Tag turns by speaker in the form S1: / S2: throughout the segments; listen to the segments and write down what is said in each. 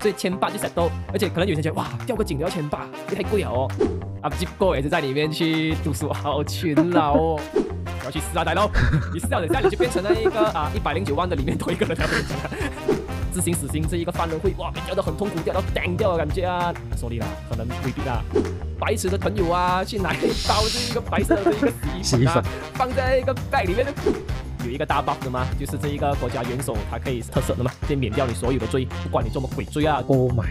S1: 所以千霸就闪兜，而且可能有些人觉得哇，钓个锦都要千霸，也太贵了哦。啊，结果也是在里面去读书，好勤劳哦。不要去撕啊呆喽，你撕掉等下你就变成了一个啊一百零九万的里面多一个人了。执行死刑这一个犯人会哇被钓得很痛苦，钓到顶掉的感觉啊。说你啦，可能未必啦。白痴的朋友啊，去拿一包这一个白色的一个洗衣粉啊，放在一个袋里面的。有一个大 buff 的吗？就是这一个国家元首，他可以特赦的嘛，就免掉你所有的罪，不管你做么鬼罪啊，
S2: Oh my！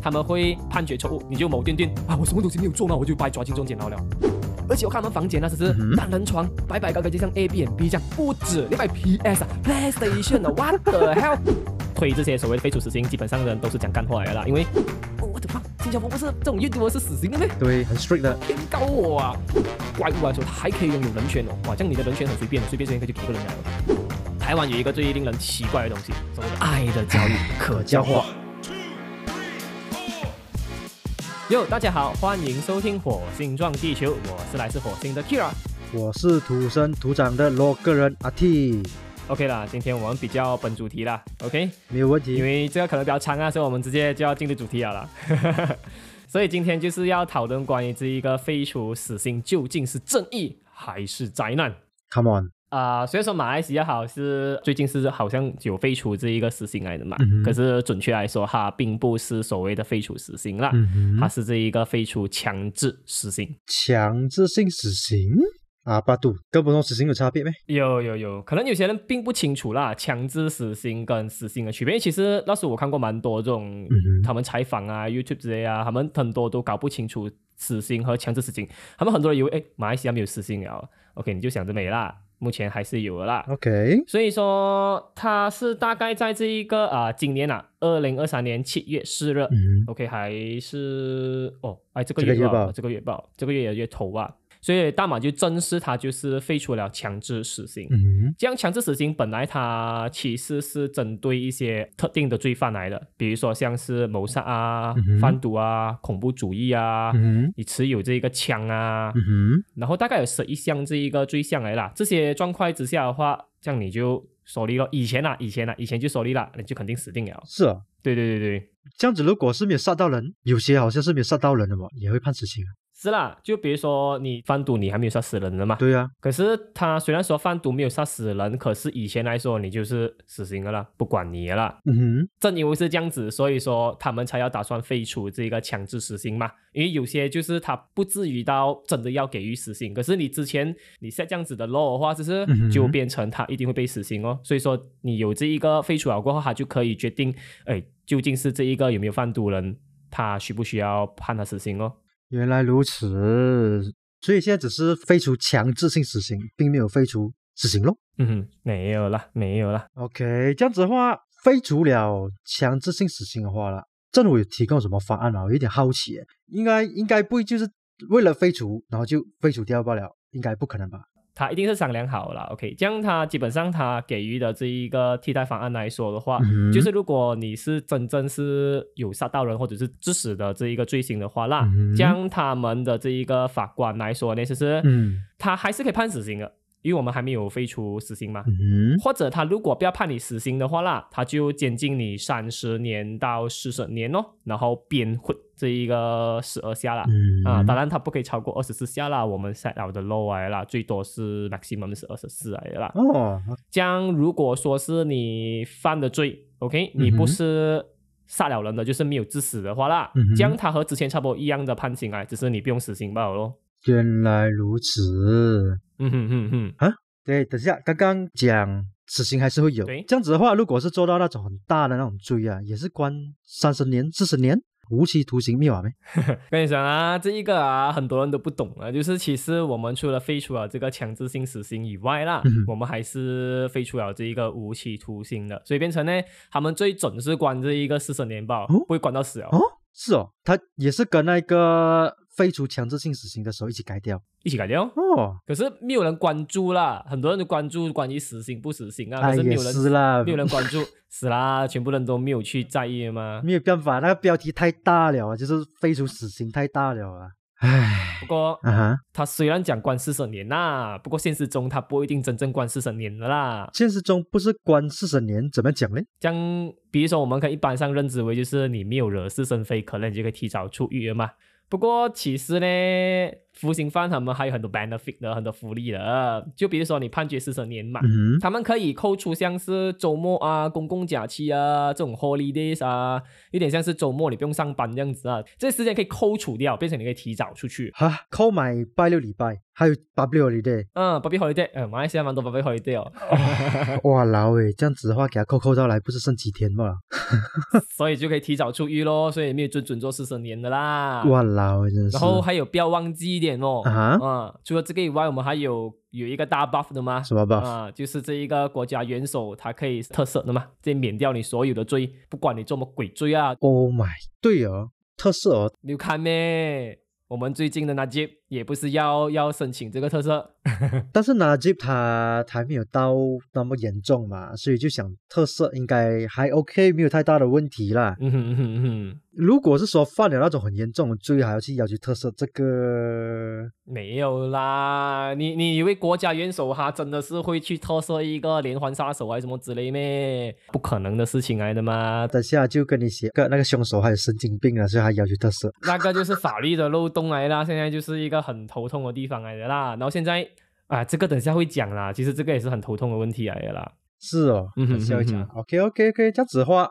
S1: 他们会判决错误，你就某电电啊，我什么东西没有做嘛，我就把你抓进中监牢了。而且我看他们房间那只是
S2: 嗯哼
S1: 单人床，白白高高，就像 A B N B 这样，不止两百 P S 啊，PlayStation 啊，What the hell？推 这些所谓的废除死刑，基本上的人都是讲干话来的啦，因为哦我的妈，新加坡不是这种阅读是死刑的咩？
S2: 对，很 strict 的。
S1: 天高我啊！怪物来说，他还可以拥有人权哦。哇，这样你的人权很随便的，随便随便就给一个人家了。台湾有一个最令人奇怪的东西，所谓的爱的教育，可教化。哟，大家好，欢迎收听《火星撞地球》，我是来自火星的 Kira。
S2: 我是土生土长的罗个人阿 T，
S1: OK 啦，今天我们比较本主题啦，OK，
S2: 没有问
S1: 因
S2: 题。
S1: 为这个可能比较长啊，所以我们直接就要进入主题了啦。 所以今天就是要讨论关于这一个废除死刑究竟是正义还是灾难。
S2: Come on，
S1: 啊、虽然说马来西亚好是最近是好像有废除这一个死刑来的嘛，
S2: 嗯哼
S1: 可是准确来说，它并不是所谓的废除死刑啦，
S2: 嗯
S1: 它
S2: 哼，
S1: 是这一个废除强制死刑。
S2: 强制性死刑啊，巴杜跟普通死刑有差别没？
S1: 有有有，可能有些人并不清楚啦，强制死刑跟死刑的区别。因为其实那时候我看过蛮多这种
S2: 嗯哼
S1: 他们采访啊、YouTube 之类啊，他们很多都搞不清楚死刑和强制死刑。他们很多人以为，哎，马来西亚没有死刑了，OK，你就想着没啦，目前还是有的啦。
S2: ？OK，
S1: 所以说，它是大概在这一个啊、今年啊，二零二三年七月四日、
S2: 嗯
S1: o k 还是哦，哎，这个
S2: 这个
S1: 月
S2: 月
S1: 报，
S2: 报
S1: 这个月报，这个月的月头啊，所以大马就正式它就是废除了强制死刑。
S2: 哼，嗯
S1: 这样强制死刑本来它其实是针对一些特定的罪犯来的，比如说像是谋杀啊
S2: 嗯哼、
S1: 贩毒啊、恐怖主义啊
S2: 哼，，嗯
S1: 你持有这个枪啊，
S2: 哼，嗯哼，
S1: 然后大概有十一项这一个罪项来啦。这些状况之下的话，这样你就受理了。以前啊，以前啊，以前就受理了，你就肯定死定了。
S2: 是啊。
S1: 对对对对，
S2: 这样子，如果是没有杀到人，有些好像是没有杀到人的嘛，也会判死刑啊。
S1: 是啦。就比如说你贩毒，你还没有杀死人的嘛。
S2: 对啊，
S1: 可是他虽然说贩毒没有杀死人，可是以前来说你就是死刑的啦，不管你的啦。
S2: 嗯哼，
S1: 正因为是这样子，所以说他们才要打算废除这个强制死刑嘛。因为有些就是他不至于到真的要给予死刑，可是你之前你下这样子的 law 的话，就是
S2: 嗯哼
S1: 就变成他一定会被死刑哦。所以说你有这一个废除了啊过后，他就可以决定，哎，究竟是这一个有没有贩毒人，他需不需要判他死刑哦。
S2: 原来如此。所以现在只是废除强制性死刑，并没有废除死刑咯。
S1: 嗯哼，没有啦，没有啦。
S2: OK，这样子的话，废除了强制性死刑的话啦，政府有提供什么方案啊？我有点好奇耶，应该应该不会就是为了废除，然后就废除掉罢了，应该不可能吧？
S1: 他一定是商量好了，OK，这样他基本上他给予的这一个替代方案来说的话，
S2: 嗯哼
S1: 就是如果你是真正是有杀到人或者是致死的这一个罪行的话，那
S2: 嗯哼
S1: 将、他们的这一个法官来说呢，就是、
S2: 嗯
S1: 他还是可以判死刑的，因为我们还没有废除死刑嘛。
S2: 嗯
S1: 或者他如果不要判你死刑的话啦，他就监禁你三十年到四十年哦，然后鞭混这一个十二下啦。
S2: 嗯
S1: 啊，当然它不可以超过二十四下啦，我们 set 了的 low 来啦，最多是 maximum 是二十四来的啦。
S2: 哦，
S1: 这样如果说是你犯的罪，OK，你
S2: 嗯哼
S1: 不是杀了人的，就是没有致死的话啦，
S2: 嗯哼
S1: 这样它和之前差不多一样的判刑啊，只是你不用死刑罢了咯。
S2: 原来如此。
S1: 嗯哼哼哼，
S2: 对，等一下，刚刚讲死刑还是会有
S1: 对。
S2: 这样子的话，如果是做到那种很大的那种罪啊，也是关三十年、四十年，无期徒刑灭亡没？
S1: 跟你讲啊，这一个啊，很多人都不懂啊，就是其实我们除了废除了这个强制性死刑以外啦，
S2: 嗯哼
S1: 我们还是废除了这一个无期徒刑的，所以变成呢，他们最准是关这一个四十年吧，
S2: 哦
S1: 不会关到死哦。
S2: 哦，是哦，他也是跟那个废除强制性死刑的时候一起改掉。
S1: 一起改掉。
S2: 哦，
S1: 可是没有人关注啦，很多人都关注关于死刑不死刑啊，
S2: 哎，
S1: 可是没
S2: 也
S1: 有人、
S2: 是啦，
S1: 没有人关注，死啦，全部人都没有去在意的嘛。
S2: 没有办法，那个标题太大了啊，就是废除死刑太大了啊。唉，
S1: 不过
S2: 啊哈，
S1: 他虽然讲关四十年啦，不过现实中他不一定真正关四十年的啦。
S2: 现实中不是关四十年，怎么讲呢？
S1: 像比如说，我们可以一般上认知为就是你没有惹是生非，可能你就可以提早出狱了嘛。不过其实呢，服刑犯他们还有很多 benefit 的，很多福利的。就比如说你判决四十年嘛，
S2: 嗯
S1: 他们可以扣除像是周末啊、公共假期啊这种 holidays 啊，有点像是周末你不用上班这样子啊，这时间可以扣除掉，变成你可以提早出去。
S2: 哼，哈，扣买拜六礼拜，还有 W 礼拜，
S1: 嗯，Bobby holiday，嗯，马来西亚蛮多 Bobby holiday 哦，
S2: 哇老诶，这样子的话给他扣扣到来，不是剩几天嘛？
S1: 所以就可以提早出狱咯，所以没有准准做四十年的啦。
S2: 哇老诶，真的是
S1: 啊然。后还有不要忘记一点哦，
S2: 啊哈
S1: 嗯，除了这个以外，我们还有有一个大 buff 的吗？
S2: 什么 buff？
S1: 啊、就是这一个国家元首他可以特赦的嘛，这免掉你所有的罪，不管你做什么鬼罪啊，
S2: Oh my，对哦，特色哦，
S1: 你有看咩？我们最近的那 j 也不是要要申请这个特赦，
S2: 但是 Najib 他他还没有到那么严重嘛，所以就想特色应该还 OK，没有太大的问题啦。
S1: 嗯哼嗯哼嗯哼，
S2: 如果是说犯了那种很严重的罪，还要去要求特色，这个
S1: 没有啦，你你以为国家元首他真的是会去特赦一个连环杀手还是什么之类咩？不可能的事情来的嘛，
S2: 等下就跟你写个那个凶手还有神经病了，啊所以还要求特色。
S1: 那个就是法律的漏洞来啦，现在就是一个很头痛的地方来的啦。然后现在啊，这个等一下会讲啦，其实这个也是很头痛的问题来的啦。
S2: 是哦，
S1: 嗯哼
S2: 等下会讲
S1: 嗯。
S2: OK OK OK，这样子的话，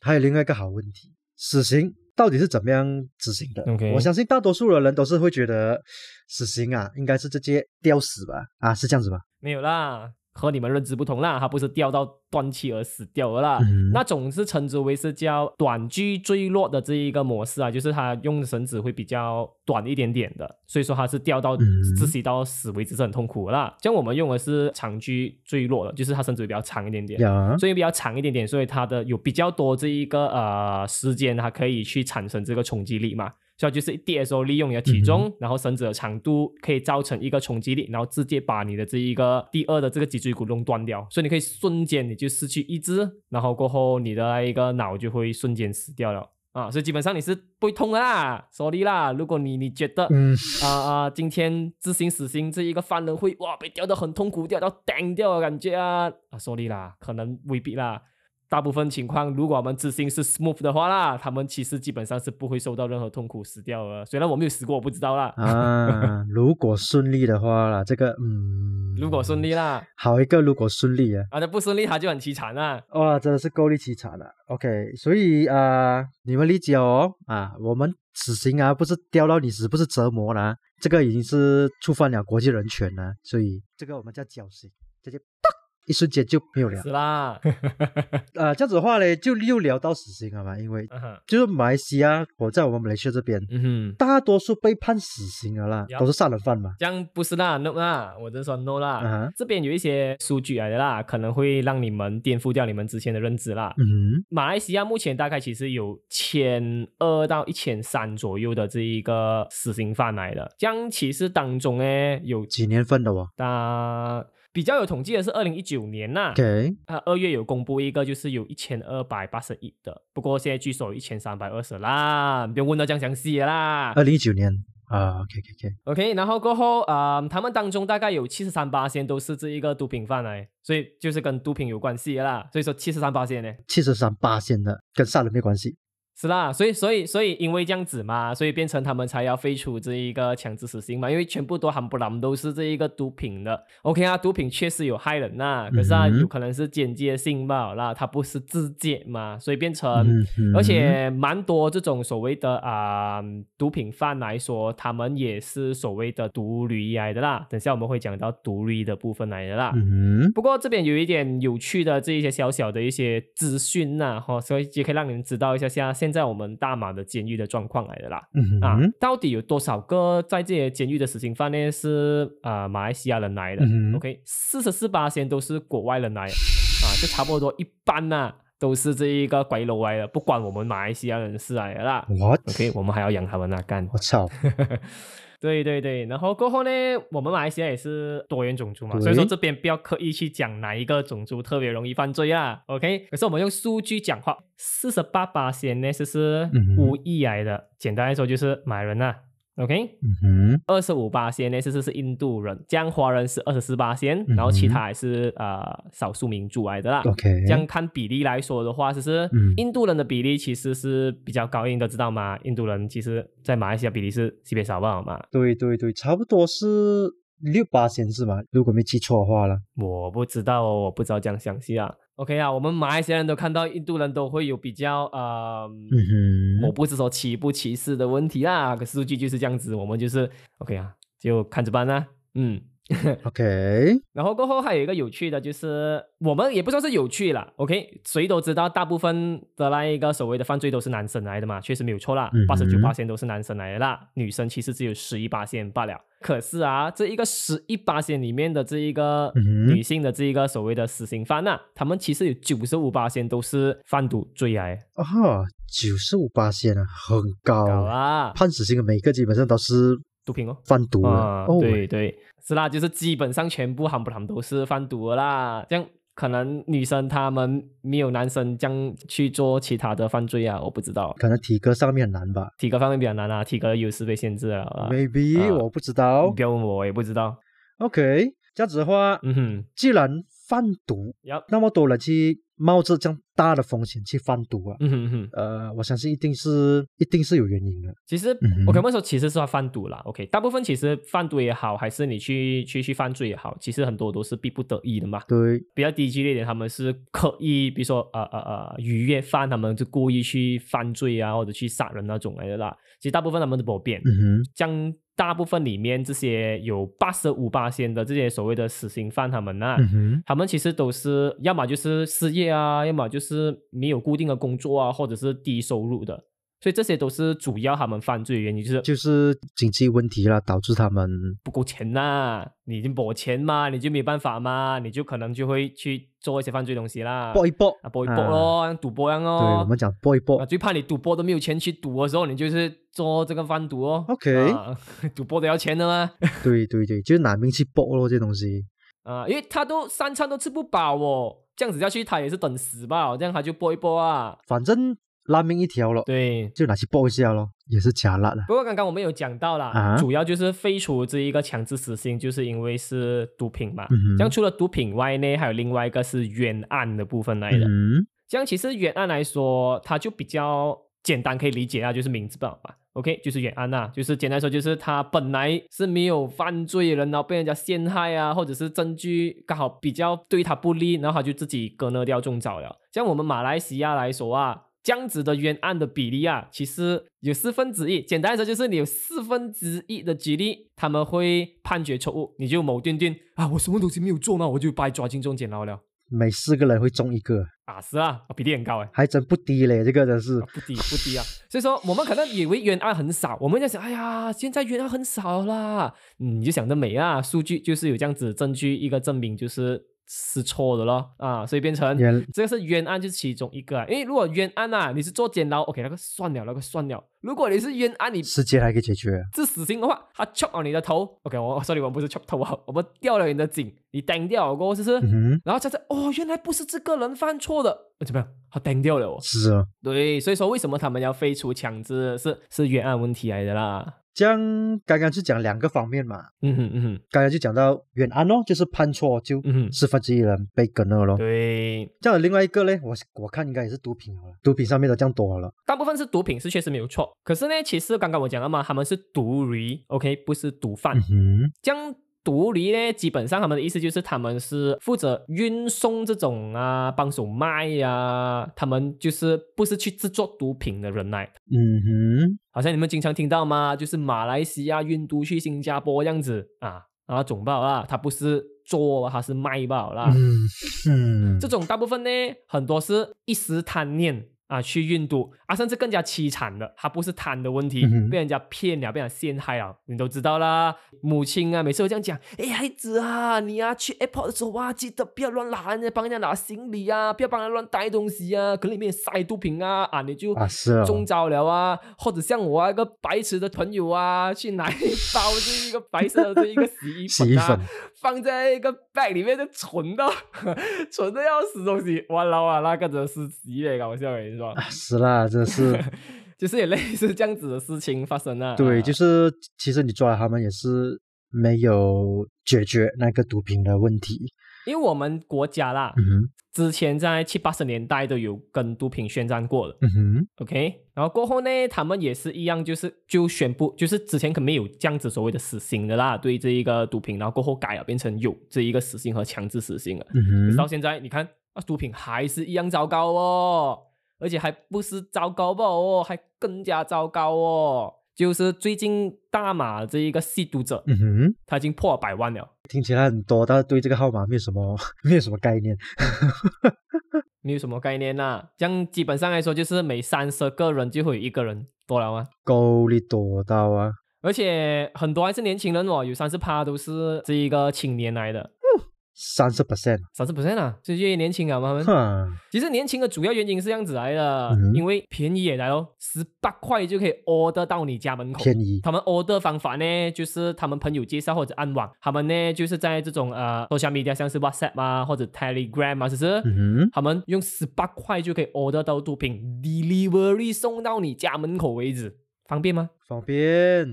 S2: 还有另外一个好问题，死刑到底是怎么样执行的
S1: OK
S2: 我相信大多数的人都是会觉得死刑啊，应该是直接吊死吧？啊，是这样子吧？
S1: 没有啦，和你们认知不同啦，他不是掉到断气而死掉了啦，
S2: 嗯
S1: 那种是称之为是叫短距坠落的这一个模式啊，就是他用的绳子会比较短一点点的，所以说他是掉到
S2: 嗯
S1: 窒息到死为止是很痛苦的啦。像我们用的是长距坠落的，就是他绳子会比较长一点点。
S2: 呀，
S1: 所以比较长一点点，所以它的有比较多这一个呃时间，它可以去产生这个冲击力嘛。所以就是 DSO 利用你的体重，然后绳子的长度可以造成一个冲击力，然后直接把你的这一个第二的这个脊椎骨弄断掉，所以你可以瞬间你就失去意志，然后过后你的那一个脑就会瞬间死掉了啊，所以基本上你是不会痛的啦，sorry 啦，如果你你觉得
S2: 嗯，
S1: 啊啊！今天执行死刑这一个犯人会哇被吊得很痛苦，吊到顶掉的感觉啊！啊，sorry 啦，可能未必啦。大部分情况，如果我们执行是 smooth 的话啦，他们其实基本上是不会受到任何痛苦死掉的。虽然我没有死过，我不知道啦。
S2: 啊，如果顺利的话啦，这个嗯，
S1: 如果顺利啦，
S2: 好一个，如果顺利啊，
S1: 啊，那不顺利他就很凄惨啦。
S2: 哇，真的是够力凄惨了。OK，所以啊、呃你们理解哦啊，我们死刑啊，不是吊到你死，不是折磨啦、这个已经是触犯了国际人权啦、所以这个我们叫绞刑，直接一瞬间就没有了
S1: 是。啦，
S2: 呃，这样子的话呢，就又聊到死刑了嘛，因为
S1: 嗯哼
S2: 就是马来西亚，我在我们马来西亚这边，
S1: 嗯哼，
S2: 大多数被判死刑的啦
S1: Yeah，
S2: 都是杀人犯嘛。
S1: 这样不是啦，no 啦，我就说 no 啦。
S2: 啊哈
S1: 这边有一些数据来的啦，可能会让你们颠覆掉你们之前的认知啦。
S2: 嗯
S1: 马来西亚目前大概其实有千二到一千三左右的这一个死刑犯来的，这样其实当中呢有
S2: 哼，几年份的哦
S1: 大比较有统计的是二零一九年呐、
S2: ？OK，
S1: 啊，二月有公布一个，就是有一千二百八十一的，不过现在据说有一千三百二十啦，你不用问到这样详细的啦。
S2: 二零一九年啊，OK OK OK，
S1: OK，然后过后啊、呃他们当中大概有七十三八都是这一个毒品犯来，所以就是跟毒品有关系的啦，所以说七十三八呢。
S2: 七十三八线的跟杀人没关系。
S1: 是啦，所以所以所以因为这样子嘛，所以变成他们才要废除这一个强制死刑嘛，因为全部都含不含都是这一个毒品的。OK 啊，毒品确实有害人呐、可是啊，
S2: 嗯哼
S1: 有可能是间接性嘛，啦，它不是自戒嘛，所以变成。
S2: 嗯哼，
S1: 而且蛮多这种所谓的啊、毒品犯来说，他们也是所谓的毒驴来的啦。等下我们会讲到毒驴的部分来的啦。
S2: 嗯哼，
S1: 不过这边有一点有趣的这一些小小的一些资讯呐、哈、所以也可以让你们知道一下下现在我们大马的监狱的状况来的啦。
S2: 嗯
S1: 啊
S2: 哼，，
S1: 到底有多少个在这些监狱的死刑犯呢？是啊、呃马来西亚人来的。
S2: 嗯哼
S1: OK，四十四八都是国外人来的啊，就差不多一半呐、都是这一个鬼佬来的，不管我们马来西亚人是来的啦。
S2: 我
S1: OK，我们还要养他们啊，干。
S2: 我操，
S1: 对对对，然后过后呢，我们马来西亚也是多元种族嘛，
S2: 对
S1: 所以说这边不要刻意去讲哪一个种族特别容易犯罪啦。OK，可是我们用数据讲话，四十八八呢，就是
S2: 嗯
S1: 无意来的，简单来说就是马来人呐、啊 OK，
S2: 嗯哼，
S1: 二十五八仙呢，其实是印度人，这样华人是二十四八仙，
S2: 嗯哼
S1: 然后其他还是呃少数民族来的啦。
S2: OK
S1: 这样看比例来说的话，其实
S2: 嗯
S1: 印度人的比例其实是比较高，因为你都知道嘛，印度人其实在马来西亚比例是西北少不好嘛。
S2: 对对对，差不多是六八千是吗？如果没记错的话啦。
S1: 我不知道哦，我不知道这样详细啊。OK 啊，我们马来西亚人都看到印度人都会有比较呃，
S2: 嗯
S1: 我
S2: 哼，
S1: 不是说歧不歧视的问题啦，可数据就是这样子，我们就是 OK 啊，就看着办啦、嗯。
S2: ，OK，
S1: 然后过后还有一个有趣的，就是我们也不算是有趣啦 o、k 谁都知道，大部分的那一个所谓的犯罪都是男生来的嘛，确实没有错啦
S2: 嗯，
S1: 八十九八线都是男生来的啦，女生其实只有十一八线罢了。可是啊，这一个十一八线里面的这一个
S2: 嗯哼
S1: 女性的这一个所谓的死刑犯呐、他们其实有九十五八线都是贩毒罪来
S2: 啊哈，九十五八千啊，很高
S1: 搞
S2: 啊。
S1: 啦，
S2: 判死刑的每个基本上都是
S1: 毒品哦。
S2: 贩毒的
S1: 啊、
S2: 哦，
S1: 对对，是啦，就是基本上全部含不含都是贩毒的啦。这样可能女生她们没有男生这样去做其他的犯罪啊，我不知道，
S2: 可能体格上面很难吧
S1: 体格方面比较难啊，体格有时被限制了啊。
S2: ，maybe、
S1: 啊
S2: 我不知道
S1: 你。不要问我，我也不知道。
S2: OK，这样子的话，
S1: 嗯哼，
S2: 既然贩毒，
S1: 要、
S2: 那么多人去冒着这样大的风险去贩毒啊，
S1: 嗯哼嗯哼。
S2: 呃，我相信一定是一定是有原因的。
S1: 其实
S2: 嗯哼
S1: ，OK，我们说其实是要贩毒啦。OK，大部分其实贩毒也好，还是你去去去犯罪也好，其实很多都是逼不得已的嘛。
S2: 对，
S1: 比较低级的一点，他们是刻意，比如说呃呃呃愉悦犯，他们就故意去犯罪啊，或者去杀人那种来的啦。其实大部分他们都不变，
S2: 嗯
S1: 将大部分里面这些有八十五八仙的这些所谓的死刑犯，他们呢、
S2: 哼，嗯哼，
S1: 他们其实都是要么就是失业啊，要么就是没有固定的工作啊，或者是低收入的，所以这些都是主要他们犯罪的原因，就是
S2: 就是经济问题啦，导致他们
S1: 不够钱呐、你已经没钱嘛，你就没办法嘛，你就可能就会去做一些犯罪东西啦。
S2: 搏一搏。
S1: 啊，搏一搏咯，像赌博一样
S2: 对，我
S1: 咯。
S2: 们讲搏一
S1: 啊，
S2: 搏。
S1: 最怕你赌博都没有钱去赌的时候，你就是做这个贩毒哦。
S2: OK
S1: 啊 赌博都要钱的吗？
S2: 对对对，就是拿命去搏咯，这东西。
S1: 啊，因为他都三餐都吃不饱哦，这样子下去他也是等死吧，这样他就搏一搏啊。
S2: 反正拉命一条咯，
S1: 对，
S2: 就拿去搏一下咯，也是假辣的。
S1: 不过刚刚我们有讲到啦，
S2: 啊
S1: 主要就是废除这一个强制死刑，就是因为是毒品嘛。
S2: 嗯哼
S1: 这样除了毒品外呢，还有另外一个是冤案的部分来的。
S2: 嗯
S1: 这样其实远案来说，它就比较简单可以理解啊，就是名字吧嘛。OK，就是远案呐、就是简单说，就是他本来是没有犯罪的人，然后被人家陷害啊，或者是证据刚好比较对他不利，然后他就自己割那掉中招了。像我们马来西亚来说啊，这样子的冤案的比例啊，其实有四分之一。简单来说，就是你有四分之一的几率，他们会判决错误，你就某定定啊，我什么东西没有做嘛，我就把你抓进中监牢了。
S2: 每四个人会中一个，
S1: 啊，是啊，比例很高哎。
S2: 还真不低嘞，这个真是
S1: 啊。不低不低啊。所以说，我们可能以为冤案很少，我们在想，哎呀，现在冤案很少啦，嗯你就想得美啊，数据就是有这样子证据一个证明就是是错的咯啊，所以变成
S2: 原
S1: 这个是冤案，就是其中一个、啊。因为如果冤案啊，你是坐监牢，OK，那个算了，那个算了。如果你是冤案，你
S2: 时间还可以解决。
S1: 致死刑的话，他 chop 了你的头，OK，我 sorry，我们不是 chop 头啊，我们掉了你的颈，你顶掉了过后，是不是？
S2: 嗯哼，
S1: 然后才知道哦，原来不是这个人犯错的，呃怎么样？他顶掉了哦。
S2: 是啊。
S1: 对，所以说为什么他们要废除强制是是冤案问题来的啦。
S2: 这样刚刚就讲两个方面嘛，
S1: 嗯哼嗯哼
S2: 刚刚就讲到远安咯，就是判错就
S1: 嗯
S2: 四分之一人被跟了咯
S1: 哼，。对，
S2: 这样的另外一个嘞，我我看应该也是毒品好了，毒品上面的这样多了。
S1: 大部分是毒品是确实没有错，可是呢，其实刚刚我讲了嘛，他们是毒驴，OK，不是毒贩。
S2: 嗯哼，
S1: 将毒驴呢，基本上他们的意思就是他们是负责运送这种啊，帮手卖呀、啊，他们就是不是去制作毒品的人来。
S2: 嗯哼，
S1: 好像你们经常听到嘛，就是马来西亚运毒去新加坡这样子啊啊，总罢啦，他不是做，他是卖罢啦。
S2: 嗯嗯，
S1: 这种大部分呢，很多是一时贪念啊去运毒啊，甚至更加凄惨的，它不是贪的问题
S2: 嗯，哼
S1: 被人家骗了，被人家陷害了，你都知道啦。母亲啊，每次都这样讲，哎，孩子啊，你啊去 airport 的时候啊，记得不要乱拿人家帮人家拿行李啊，不要帮人家乱带东西啊，可能里面塞毒品啊啊，你就
S2: 啊是啊，
S1: 中招了啊，或者像我啊一个白痴的朋友啊，去拿一包这一个白色的这一个洗衣
S2: 洗
S1: 粉
S2: 衣
S1: 啊，
S2: 粉，
S1: 放在一个 bag 里面就存到 存啊的要死东西，哇啦哇，那个真的是有点搞笑，我跟你说。
S2: 啊是啦，真的是
S1: 这就是也类似这样子的事情发生啊。
S2: 对，
S1: 啊
S2: 就是其实你抓了他们也是没有解决那个毒品的问题。
S1: 因为我们国家啦，
S2: 嗯哼，
S1: 之前在七八十年代都有跟毒品宣战过了
S2: 嗯哼，
S1: ，OK。然后过后呢，他们也是一样，就是就宣布，就是之前肯定有这样子所谓的死刑的啦，对这一个毒品，然后过后改了变成有这一个死刑和强制死刑了。可是
S2: 嗯哼
S1: 到，现在，你看啊，毒品还是一样糟糕哦，而且还不是糟糕吧哦，还更加糟糕哦。就是最近大马这一个吸毒者，
S2: 嗯哼，
S1: 他已经破了百万了，
S2: 听起来很多，但是对这个号码没有什么 没有什么概念。
S1: 没有什么概念啦、这样基本上来说，就是每三十个人就会有一个人多了啊。
S2: 够力多到啊！
S1: 而且很多还是年轻人哦，有三十趴都是这一个青年来的，
S2: 三十 percent，
S1: 三十 percent 啊，就越年轻啊嘛他们。
S2: 哼，
S1: 其实年轻的主要原因是这样子来的，
S2: 嗯
S1: 因为便宜也来咯，十八块就可以 order 到你家门口。
S2: 便宜。
S1: 他们 order 方法呢，就是他们朋友介绍或者暗网，他们呢就是在这种呃 social media，像是 WhatsApp 啊或者 Telegram 啊，只是、
S2: 嗯
S1: 他们用十八块就可以 order 到毒品，delivery 送到你家门口为止，方便吗？
S2: 哼，方便。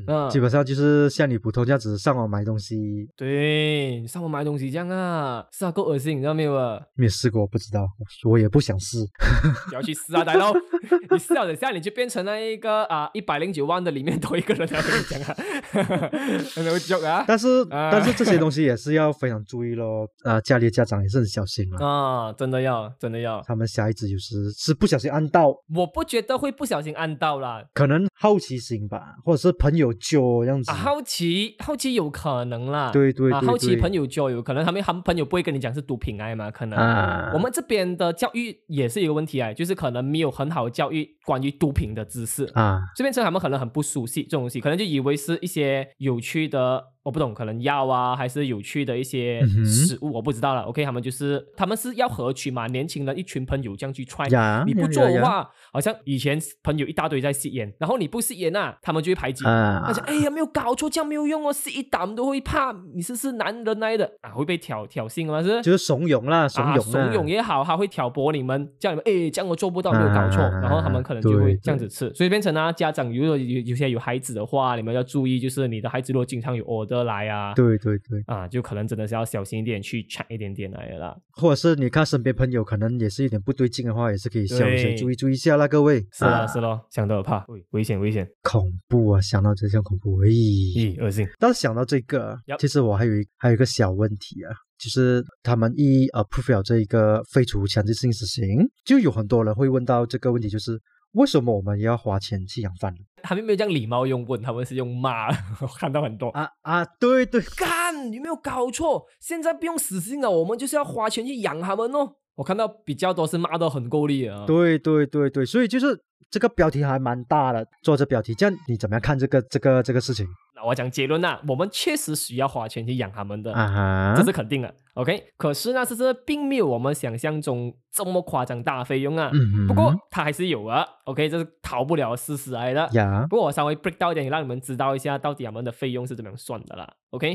S1: 嗯
S2: 基本上就是像你普通这样子上网买东西，
S1: 对，上网买东西这样啊，是啊，够恶心，你知道没有啊？
S2: 没有试过，不知道，我也不想试。
S1: 不要去试啊，大佬！ 你试了，等下你就变成那一个啊，一百零九万的里面多一个人了。我跟你讲啊， 没有 joke 啊。
S2: 但是，
S1: 啊
S2: 但是这些东西也是要非常注意咯。啊，家里的家长也是很小心嘛。
S1: 啊，真的要，真的要，
S2: 他们小孩子有时是不小心按到，
S1: 我不觉得会不小心按到啦。
S2: 可能好奇心吧，或者是朋友揪这样子。
S1: 啊，好奇，好奇有可能啦。
S2: 对对
S1: 啊，
S2: 对
S1: 好奇
S2: 对
S1: 朋友就有可能，他们他们朋友不会跟你讲是毒品来嘛，可能。
S2: 啊
S1: 我们这边的教育也是一个问题啊，就是可能没有很好的教育关于毒品的知识。
S2: 啊，
S1: 这边车他们可能很不熟悉这种东西，可能就以为是一些有趣的，我不懂，可能药啊，还是有趣的一些
S2: 嗯哼
S1: 食物，我不知道了。OK，他们就是他们是要合群嘛，年轻人一群朋友这样去 try。
S2: 呀，
S1: 哎你不
S2: 呀
S1: 做
S2: 呀
S1: 的话，好像以前朋友一大堆在吸烟，然后你不吸烟啊，他们就会排挤。
S2: 啊
S1: 他，讲：“哎呀，没有搞错，这样没有用哦，吸一打我们都会怕，你是是男人来的啊，会被挑挑衅吗？是
S2: 就是怂恿啦，怂
S1: 啊
S2: 恿啦，
S1: 怂恿也好，他会挑拨你们，叫你们哎，这样我做不到，没有搞错，
S2: 啊
S1: 然后他们可能就
S2: 对
S1: 会这样子吃，所以变成啊，家长如果有有些有孩子的话，你们要注意，就是你的孩子如果经常有 order 来啊，
S2: 对对对，
S1: 啊，就可能真的是要小心一点，去 check 一点点来的啦。
S2: 或者是你看身边朋友可能也是有点不对劲的话，也是可以小
S1: 对
S2: 心注意注意一下啦，各位。
S1: 是啦，
S2: 啊
S1: 是咯，想都有怕，喂危险危险，
S2: 恐怖啊，想到这像恐怖，咦、
S1: 咦，恶心
S2: 但是想到这个啊
S1: Yup，
S2: 其实我还有一还有一个小问题啊，就是他们一 approve 了这一个废除强制性死刑，就有很多人会问到这个问题，就是为什么我们要花钱去养犯人
S1: 他们没有这样礼貌用问，他们是用骂， 我看到很多。
S2: 啊啊？对对，
S1: 干，有没有搞错？现在不用死心啊了，我们就是要花钱去养他们哦。我看到比较多是骂到很够力的啊。
S2: 对对对对，所以就是这个标题还蛮大的，做这标题，这样你怎么样看这个这个这个事情
S1: 那我讲结论啦，我们确实需要花钱去养他们的，
S2: 啊
S1: 这
S2: 哈？
S1: 是肯定的。OK，可是呢，这是并没有我们想象中这么夸张大费用啊。
S2: 嗯哼
S1: 不过它还是有啊。OK，这是逃不了的事实来的。
S2: 呀，
S1: 不过我稍微 break 到一点，让你们知道一下到底他们的费用是怎么样算的啦。OK，、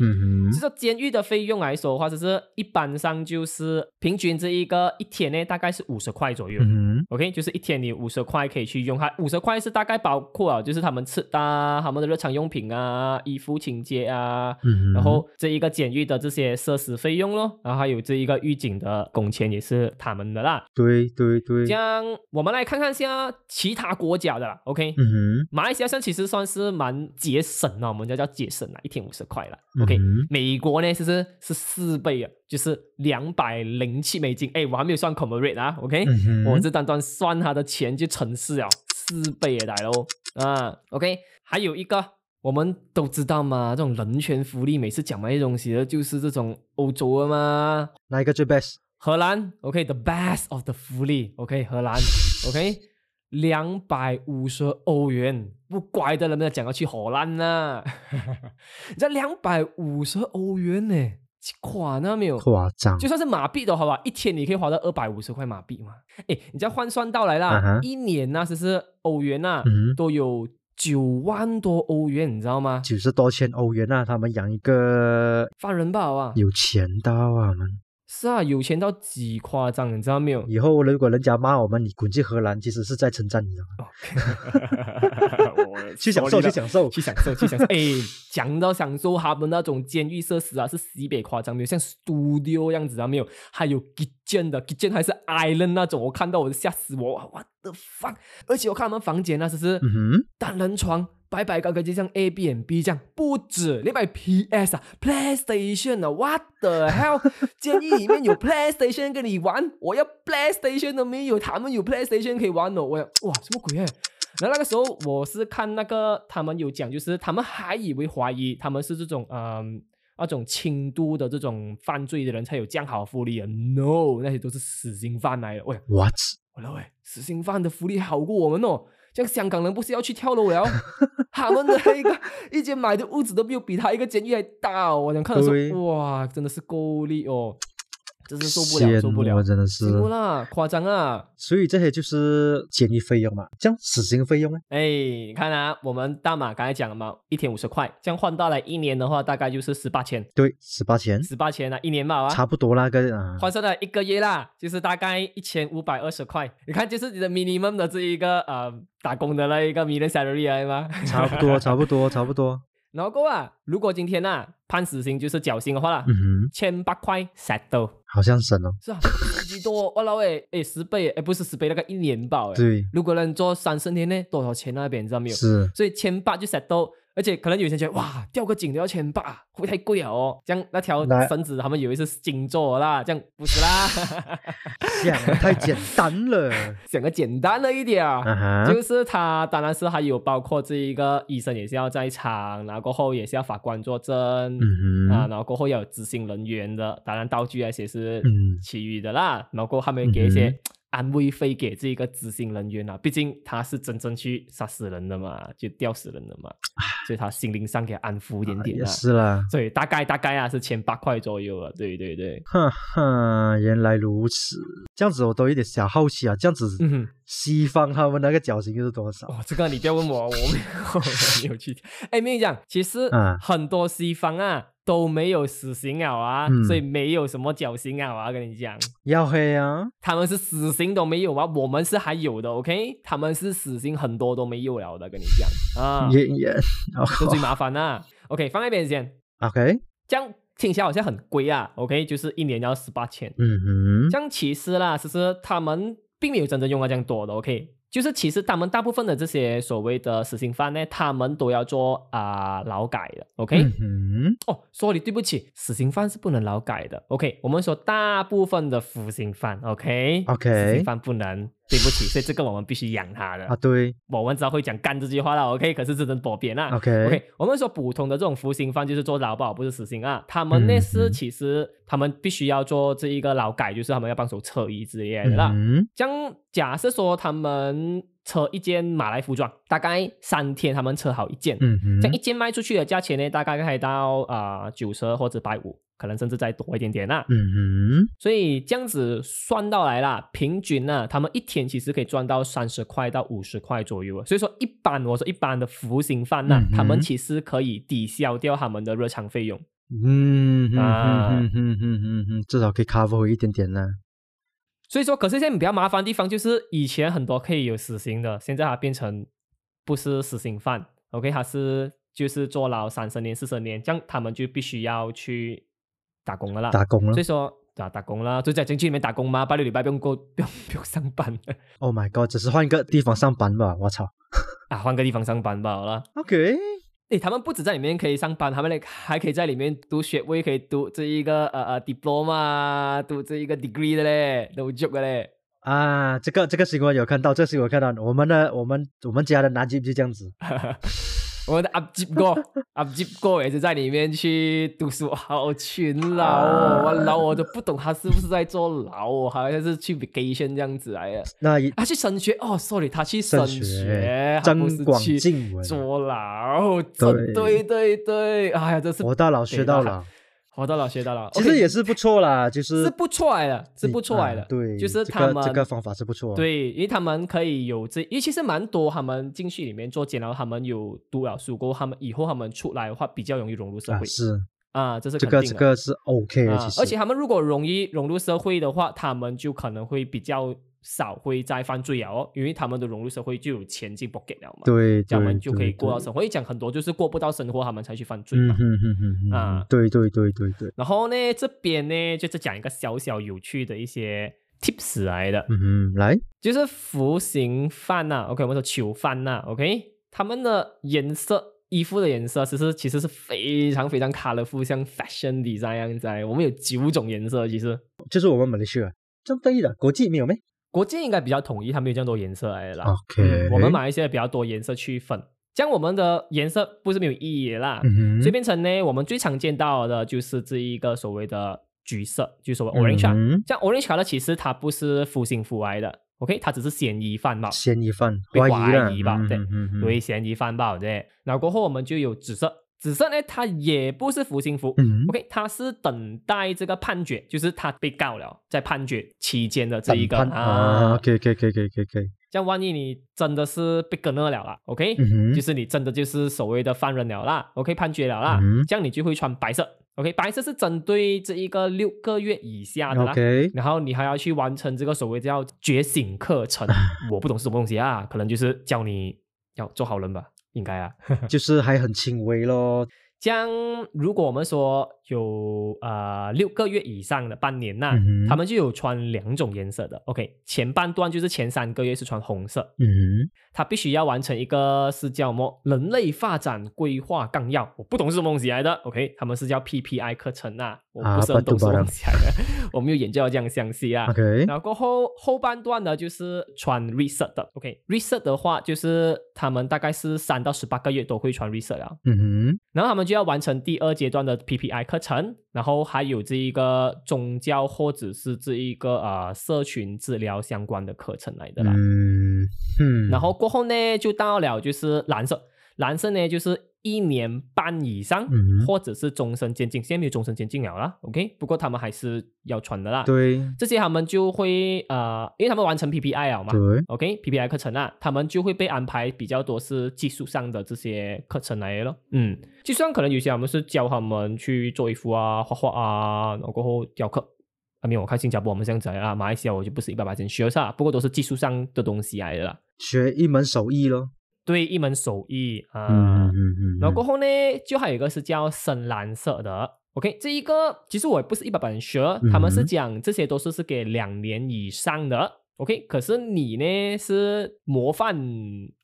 S1: 就
S2: 嗯哼，
S1: 是监狱的费用来说的话，就是一般上就是平均这一个一天呢，大概是五十块左右。
S2: 嗯
S1: OK，就是一天你五十块可以去用它，五十块是大概包括啊，就是他们吃的啊、他们的日常用品啊、衣服情节啊，
S2: 哼，嗯哼，
S1: 然后这一个监狱的这些设施费用咯，然后还有这一个狱警的工钱也是他们的啦。
S2: 对对对
S1: 这，样我们来看看下其他国家的啦，OK。
S2: 嗯
S1: 马来西亚算其实算是蛮节省的，我们叫叫节省啦，一天五十块啦。
S2: 哼
S1: OK，、
S2: 嗯
S1: 美国呢，其实是四倍啊，就是两百零七美金。哎，我还没有算 c o m m o rate 啊，OK，、
S2: 嗯哼
S1: 我只单单算他的钱就乘四了，四倍也来喽啊，OK，还有一个。我们都知道嘛，这种人权福利每次讲那些东西的，就是这种欧洲的嘛，
S2: 哪一个最 best？
S1: 荷兰，OK，the、best of the 福利，OK，荷兰，OK，两百五十欧元，不乖的人们讲要去荷兰呐、你知道两百五十欧元呢，几款啊没有？
S2: 夸张，
S1: 就算是马币的话吧，一天你可以花到二百五十块马币嘛。哎，你这样换算到来啦
S2: 啊哈
S1: 一年呐、其实欧元呐、
S2: 嗯
S1: 都有九万多欧元，你知道吗？
S2: 九十多千欧元啊，他们养一个
S1: 犯人吧，好吧，
S2: 有钱到啊，他们
S1: 是啊，有钱到极夸张，你知道没有？
S2: 以后如果人家骂我们，你滚去荷兰，其实是在称赞你的，
S3: 我
S2: 去享受，去
S3: 了
S2: 享受。
S1: 去享受，去享受。哎，讲到享受他们那种监狱设施啊，是西北夸张，没有像 studio 样子啊，没有，还有 kitchen 的 kitchen 还是 island 那种，我看到我吓死我哇，what the fuck！而且我看他们房间那只是
S2: 嗯哼，
S1: 单人床，白白高高，就像 A B N B 这样，不止你买 P S 啊，PlayStation 啊，what the hell！监 狱里面有 PlayStation 跟你玩，我要 PlayStation 都没有，他们有 PlayStation 可以玩哦，我要哇什么鬼哎、然后那个时候我是看那个他们有讲，就是他们还以为怀疑他们是这种嗯、那种轻度的这种犯罪的人才有这样好的福利啊，no，那些都是死刑犯来的。喂，
S2: what？
S1: 我老喂，死刑犯的福利好过我们哦。像香港人不是要去跳楼 了？他们的一个一间买的屋子都没有比他一个监狱还大哦。我想看的
S2: 对
S1: 时候，哇，真的是够力哦，真是受不了，受不
S2: 羡慕啊
S1: 了，
S2: 真的是
S1: 羡。慕啦，夸张啊！
S2: 所以这些就是监狱费用嘛，这样死刑费用呢？
S1: 哎，你看啊，我们大马刚才讲了嘛，一天五十块，这样换到来一年的话，大概就是十八千，
S2: 对，十八千，
S1: 十八千啊，一年吧，
S2: 差
S1: 啊，
S2: 不多那个啊。
S1: 换算到来一个月啦，就是大概一千五百二十块。你看，就是你的 minimum 的这一个呃打工的那一个 million salary 来吗？
S2: 啊差不 多，差不多，差不多。
S1: 然后过后啊，如果今天呐、啊、判死刑就是绞刑的话啦，
S2: 嗯哼，
S1: 千八块 settle
S2: 好像省哦。
S1: 是啊，超级多，我老诶诶十倍哎诶不是十倍那个一年报诶，
S2: 对，
S1: 如果能做三十天呢，多少钱啊那边你知道没有？
S2: 是
S1: 所以千八就 settle，而且可能有些人觉得哇吊个颈都要千八，会不会太贵了哦？ 这样那条
S2: 来
S1: 绳子他们以为是金做的啦，这样不是啦，
S2: 想得 太简单 了
S1: 想个简单了一点啊。
S2: 啊哈。
S1: 就是他，当然是还有包括这一个医生也是要在场，然后过后也是要法官作证，
S2: 嗯
S1: 啊，
S2: 哼，
S1: 然后过后要有执行人员的，当然道具那些是
S2: 嗯
S1: 其余的啦，然后过后他们给一些
S2: 嗯
S1: 安慰费给这个执行人员啊，毕竟他是真正去杀死人的嘛，就吊死人的嘛，所以他心灵上给他安抚一点点
S2: 也
S1: 啊，
S2: 是啦。
S1: 所以大概大概啊是千八块左右了，啊对对对，
S2: 哈哈，原来如此。这样子我都有点小好奇啊，这样子
S1: 嗯哼，
S2: 西方他们那个绞刑又是多少？
S1: 哦，这个你不要问我，我没有 我没有去，哎，没有讲，其实
S2: 嗯
S1: 很多西方啊。都没有死刑了啊，
S2: 嗯
S1: 所以没有什么绞刑了啊，跟你讲。
S2: 要黑啊？
S1: 他们是死刑都没有啊，我们是还有的，OK？他们是死刑很多都没有了的，跟你讲啊，
S2: 也也
S1: 这最麻烦啦、OK，放一边先，
S2: OK，
S1: 这样听起来好像很贵啊，OK？就是一年要十八千，
S2: 嗯
S1: 这样其实啦，其实他们并没有真正用到这样多的，OK？就是其实他们大部分的这些所谓的死刑犯呢，他们都要做啊、劳改的，OK？、
S2: 哼，嗯
S1: 哦，说你对不起，死刑犯是不能劳改的。OK，我们说大部分的服刑犯，OK
S2: OK
S1: 死刑犯不能，对不起，所以这个我们必须养他的。
S2: 哼，啊对
S1: 我们只会讲干这句话了，OK，可是只能啊躲边啦。
S2: ，OK，
S1: OK，我们说普通的这种服刑犯就是做劳保，不是死刑啊。他们那
S2: 嗯
S1: 是
S2: 嗯
S1: 其实他们必须要做这一个劳改，就是他们要帮手车衣之类的啦。
S2: 嗯
S1: 这样假设说他们车一件马来服装，大概三天他们车好一件，
S2: 嗯哼
S1: 这样一件卖出去的价钱呢，大概可以到啊九十或者百五，可能甚至再多一点点啦。
S2: 嗯
S1: 所以这样子算到来啦，平均呢、他们一天其实可以赚到三十块到五十块左右啊。所以说，一般我说一般的服刑犯呐、
S2: 嗯哼
S1: 他们其实可以抵消掉他们的日常费用。
S2: 嗯嗯
S1: 啊
S2: 嗯嗯嗯嗯嗯，至少可以 cover 回一点点呢。
S1: 所以说，可是现在比较麻烦的地方就是，以前很多可以有死刑的，现在它变成不是死刑犯，OK，他是就是坐牢三十年、四十年，这样他们就必须要去打工了啦。
S2: 打工了
S1: 啊所以说打打工啦，就在经济里面打工嘛，八六礼拜不用过，不用不用上班
S2: ，Oh my god，只是换一个地方上班吧，我操。
S1: 啊，换个地方上班吧，好了。
S2: OK，
S1: 诶，他们不止在里面可以上班，他们嘞还可以在里面读学位，可以读这一个呃呃 diploma，读这一个 degree 的嘞，no joke 的嘞。
S2: 啊，这个这个新闻有看到，这个新闻有看到，我们的我们我们家的南极就这样子，
S1: 我的 up 级 哥，up 级哥也是在里面去读书，好勤劳哦，
S2: 啊
S1: 我老我都不懂他是不是在坐牢哦，好像是去 vacation 这样子来的。
S2: 那也
S1: 他去升学哦，sorry，他去
S2: 升
S1: 学
S2: 学，
S1: 他不是
S2: 增广
S1: 去
S2: 见闻
S1: 坐牢，哦
S2: 对
S1: 真对对对，哎呀，真是
S2: 活到老学到
S1: 对
S2: 老，
S1: 活到老学到老，
S2: 其实
S1: OK，
S2: 也是不错啦，就是
S1: 是不错来的，是不错来的，
S2: 啊对，
S1: 就是
S2: 这
S1: 他
S2: 个
S1: 们
S2: 这个方法是不错，，
S1: 对，因为他们可以有这，因为其实蛮多他们进去里面做监，然后他们有读了书过后，他们以后他们出来的话比较容易融入社
S2: 啊
S1: 会。
S2: 是，
S1: 啊，这是
S2: 这
S1: 肯
S2: 个
S1: 定
S2: 这
S1: 的
S2: 个是 OK 的，
S1: 啊
S2: 其实。
S1: 而且他们如果容易融入社会的话，他们就可能会比较少会再犯罪了哦，因为他们的融入社会就有钱进 pocket 了嘛，
S2: 对，
S1: 这样他
S2: 对
S1: 们就可以
S2: 对
S1: 过到
S2: 对
S1: 生活。因为讲很多就是过不到生活，他们才去犯罪
S2: 嗯
S1: 嘛。
S2: 哼哼哼哼
S1: 啊
S2: 哼，对对对对对，
S1: 然后呢，这边呢就是讲一个小小有趣的一些 tips 来的，
S2: 嗯哼，来，
S1: 就是服刑犯呐、o k 我们说囚犯呐、o k 他们的颜色。衣服的颜色其实其实是非常非常 colorful，像 fashion design 样子啊。我们有九种颜色，其实
S2: 就是我们马来西亚这样对的，国际没有咩
S1: 国际应该比较统一，它没有这样多颜色来的啦。
S2: ？OK，
S1: 嗯我们马来西亚比较多颜色区分，这样我们的颜色不是没有意义的啦。
S2: 嗯哼，
S1: 所以变成呢，我们最常见到的就是这一个所谓的橘色，就所谓 orange
S2: 嗯
S1: 啊、
S2: 哼
S1: 像 orange color 其实它不是复兴服来的，OK，它只是嫌疑犯嘛，
S2: 嫌疑犯
S1: 啊被
S2: 怀
S1: 怀
S2: 了，
S1: 疑吧对
S2: 嗯哼，
S1: 对，嫌疑犯吧，对。然后过后我们就有紫色，紫色呢它也不是服刑服、
S2: 嗯哼，
S1: OK，它是等待这个判决，就是他被告了，在判决期间的这一个
S2: 反叛啊
S1: 啊，
S2: ，OK OK OK OK OK，
S1: 像万一你真的是被跟了了啦，OK，、
S2: 嗯哼，
S1: 就是你真的就是所谓的犯人了啦，OK 判决了啦，
S2: 嗯
S1: 这样你就会穿白色，OK 白色是针对这一个六个月以下的啦。
S2: OK，
S1: 然后你还要去完成这个所谓叫觉醒课 程，我不懂是什么东西啊，可能就是教你要做好人吧，应该啊。
S2: 就是还很轻微咯，
S1: 像如果我们说有呃六个月以上的半年呐、
S2: 嗯哼
S1: 他们就有穿两种颜色的。OK，前半段就是前三个月是穿红色，
S2: 嗯
S1: 他必须要完成一个是叫什么《人类发展规划纲要》，我不懂是什么东西来的。OK，他们是叫 PPI 课程啊，我
S2: 啊
S1: 不是很懂什
S2: 巴
S1: 么
S2: 杜巴拉
S1: 东西来的， 我没有研究到这样详细啊
S2: 哼。，OK，
S1: 然后过后后半段呢，就是穿 reset 的，OK，reset、的话就是他们大概是三到十八个月都会穿 reset 啊，
S2: 嗯
S1: 然后他们就要完成第二阶段的 PPI 课程，然后还有这一个宗教或者是这一个呃社群治疗相关的课程来的
S2: 哼，
S1: 啦。
S2: 嗯嗯，
S1: 然后过后呢，就到了就是蓝色，蓝色呢就是一年半以上，
S2: 嗯
S1: 或者是终身监禁。现在没有终身监禁了啦，OK，不过他们还是要穿的啦。，
S2: 嗯对
S1: 这些他们就会呃，因为他们完成 PPI 了嘛。
S2: 对，
S1: OK，PPI 课程啊，他们就会被安排比较多是技术上的这些课程来的咯。嗯，就算可能有些我们是教他们去做衣服啊、画画啊，然后过后雕刻。啊，没有，我看新加坡我们这样子来啊，马来西亚我就不是一百八千学啥，不过都是技术上的东西来的啦。
S2: 学一门手艺咯，
S1: 对，一门手艺啊。
S2: 嗯嗯嗯，
S1: 然后过后呢，就还有一个是叫深蓝色的。OK，这一个其实我也不是一百本学，他们是
S2: 嗯
S1: 讲这些都是是给两年以上的。OK，可是你呢是模范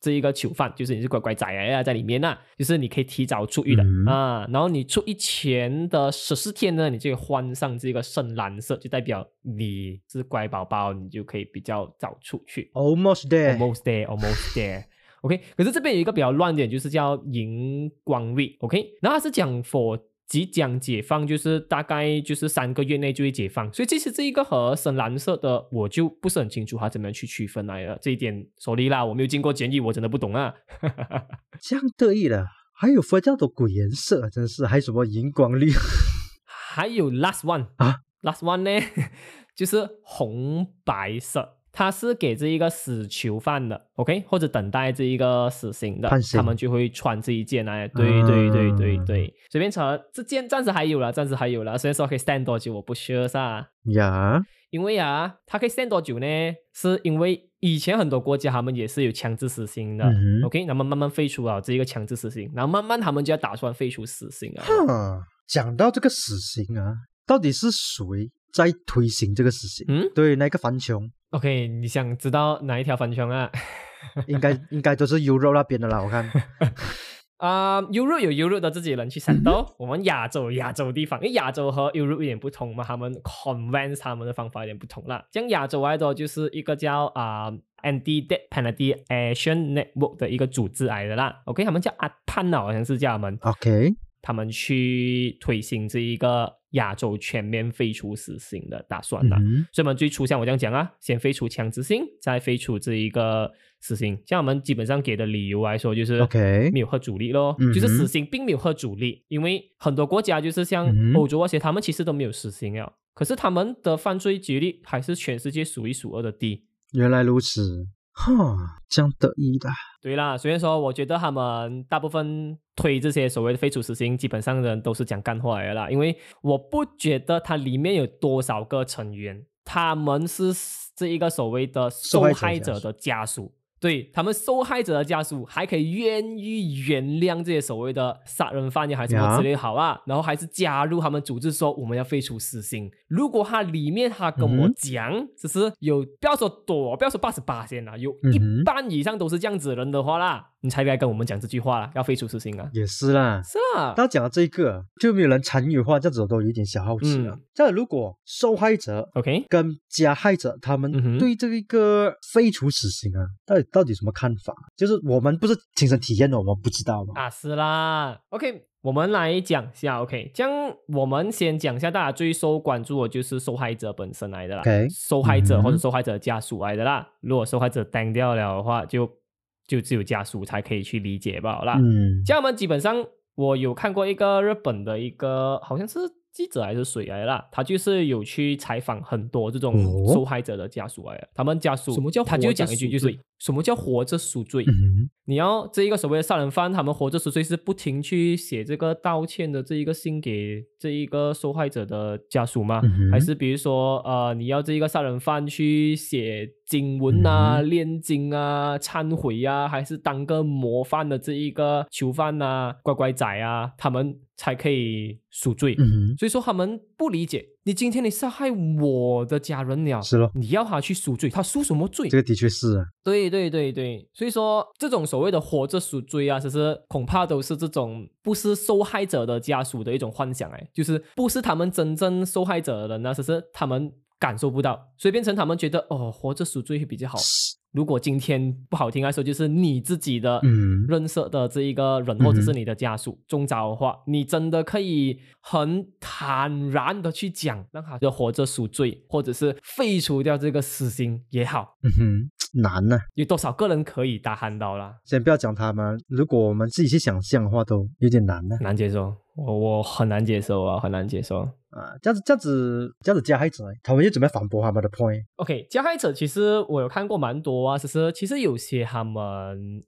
S1: 这一个囚犯，就是你是乖乖仔啊，在里面呐、就是你可以提早出狱的、
S2: 嗯
S1: 啊。然后你出狱前的十四天呢，你就换上这个深蓝色，就代表你是乖宝宝，你就可以比较早出去。
S2: almost there，
S1: almost there, almost there. OK，可是这边有一个比较乱点，就是叫荧光日。OK，然后它是讲 for 即将解放，就是大概就是三个月内就会解放。所以其实这一个和深蓝色的，我就不是很清楚它怎么样去区分来了。这一点，sorry 啦，我没有经过检疫，我真的不懂啊。
S2: 这样得意的，还有分这样多鬼颜色，真是还有什么荧光绿，
S1: 还有 last one
S2: 啊
S1: ，last one 呢， 就是红白色，它是给这一个死囚犯的，OK，或者等待这一个死刑的，
S2: 判刑嗯
S1: 他们就会穿这一件来，对对对对对，随便穿，这件暂时还有了，暂时还有了，虽然说可以 stand 多久我不 sure 噻，
S2: 呀，
S1: 因为啊，它可以 stand 多久呢？是因为以前很多国家他们也是有强制死刑的、
S2: 嗯
S1: o k 那么慢慢废除了这一个强制死刑，然后慢慢他们就要打算废除死刑啊。
S2: 哼，哈，讲到这个死刑啊，到底是谁在推行这个死刑？
S1: 嗯
S2: 对，那个反穷
S1: OK，你想知道哪一条帆船啊？
S2: 应该应该都是 Euro 那边的啦，我看，
S1: 啊、e u r o 有 Europe 的自己人去 s e 我们亚洲亚洲地方，因为亚洲和 Europe 有点不同嘛，他们 convince 他们的方法有点不同啦。像亚洲来的就是一个叫啊、Anti Death Penalty Action Network 的一个组织来的啦。OK，他们叫阿潘呐，好像是叫他们，
S2: OK，
S1: 他们去推行这一个亚洲全面废除死刑的打算
S2: 嗯
S1: 啦。
S2: 哼，
S1: 所以我们最初像我这样讲啊，先废除强制性，再废除这一个死刑。像我们基本上给的理由来说，就是
S2: OK
S1: 没有核主力咯，
S2: 嗯哼
S1: 就是死刑并没有核主力，因为很多国家就是像
S2: 嗯哼
S1: 欧洲那些，他们其实都没有死刑啊，可是他们的犯罪几率还是全世界数一数二的低。
S2: 原来如此，哈，这样得意的，
S1: 对啦，虽然说我觉得他们大部分推这些所谓的废除死刑，基本上的人都是讲干话来的啦，因为我不觉得它里面有多少个成员，他们是这一个所谓的受
S2: 受害者
S1: 害者的家属。对他们受害者的家属还可以愿意原谅这些所谓的杀人犯呀，还是什么
S2: 呀
S1: 之类好啊，然后还是加入他们组织说我们要废除死刑。如果他里面他跟我
S2: 嗯哼
S1: 讲，只是有不要说多，不要说八十八先啦，有
S2: 嗯
S1: 一
S2: 哼
S1: 半以上都是这样子的人的话啦，你才该跟我们讲这句话啦，要废除死刑啊，
S2: 也是啦。
S1: 是啊啦，
S2: 他讲的这个就没有人参与的话，这样子我都有一点小好奇了。
S1: 嗯
S2: 这样如果受害者
S1: OK，
S2: 跟加害者他
S1: 嗯哼
S2: 们对这一个废除死刑啊，到底到底有什么看法？就是我们不是亲身体验的，我们不知道嘛。
S1: 啊是啦，OK，我们来讲一下 OK，这样我们先讲一下大家最受关注的就是受害者本身来的啦
S2: OK，
S1: 受害者
S2: 嗯
S1: 或者受害者的家属来的啦，如果受害者单掉了的话，就就只有家属才可以去理解罢了啦，
S2: 嗯，
S1: 像他们基本上，我有看过一个日本的一个，好像是记者还是谁来的啦，他就是有去采访很多这种
S2: 哦
S1: 受害者的家属来的，他们家属
S3: 什么叫
S1: 他就
S3: 活着
S1: 讲一句
S3: 赎
S1: 就是
S3: 罪
S1: 什么叫活着赎罪？
S2: 嗯
S1: 你要这一个所谓的杀人犯，他们活着赎罪是不停去写这个道歉的这一个信给这一个受害者的家属吗？
S2: 嗯哼
S1: 还是比如说呃，你要这一个杀人犯去写经文啊、
S2: 嗯
S1: 念经啊、忏悔啊，还是当个模范的这一个囚犯啊、乖乖仔啊，他们才可以赎罪。
S2: 嗯
S1: 所以说他们不理解，你今天你杀害我的家人了
S2: 哼，，是咯，
S1: 你要他去赎罪，他赎什么罪？
S2: 这个的确是啊。
S1: 对对对对，所以说这种所谓的活着赎罪啊，其实恐怕都是这种不是受害者的家属的一种幻想，哎，就是不是他们真正受害者的人呢，只是他们感受不到，所以变成他们觉得哦，活着赎罪会比较好。如果今天不好听来说，就是你自己的
S2: 嗯
S1: 认识的这一个人，
S2: 哼
S1: 或者是你的家属中招的话，你真的可以很坦然的去讲，让他的活着赎罪，或者是废除掉这个死刑也好，
S2: 嗯哼，难呢、
S1: 有多少个人可以打喊到啦？
S2: 先不要讲他们，如果我们自己去想象的话，都有点难啊呢、
S1: 难接受，我我很难接受啊，很难接受。
S2: 啊，这样子，这样子，这样子，加害者他们又怎么样反驳他们的 point？
S1: OK，加害者其实我有看过蛮多啊，其实其实有些他们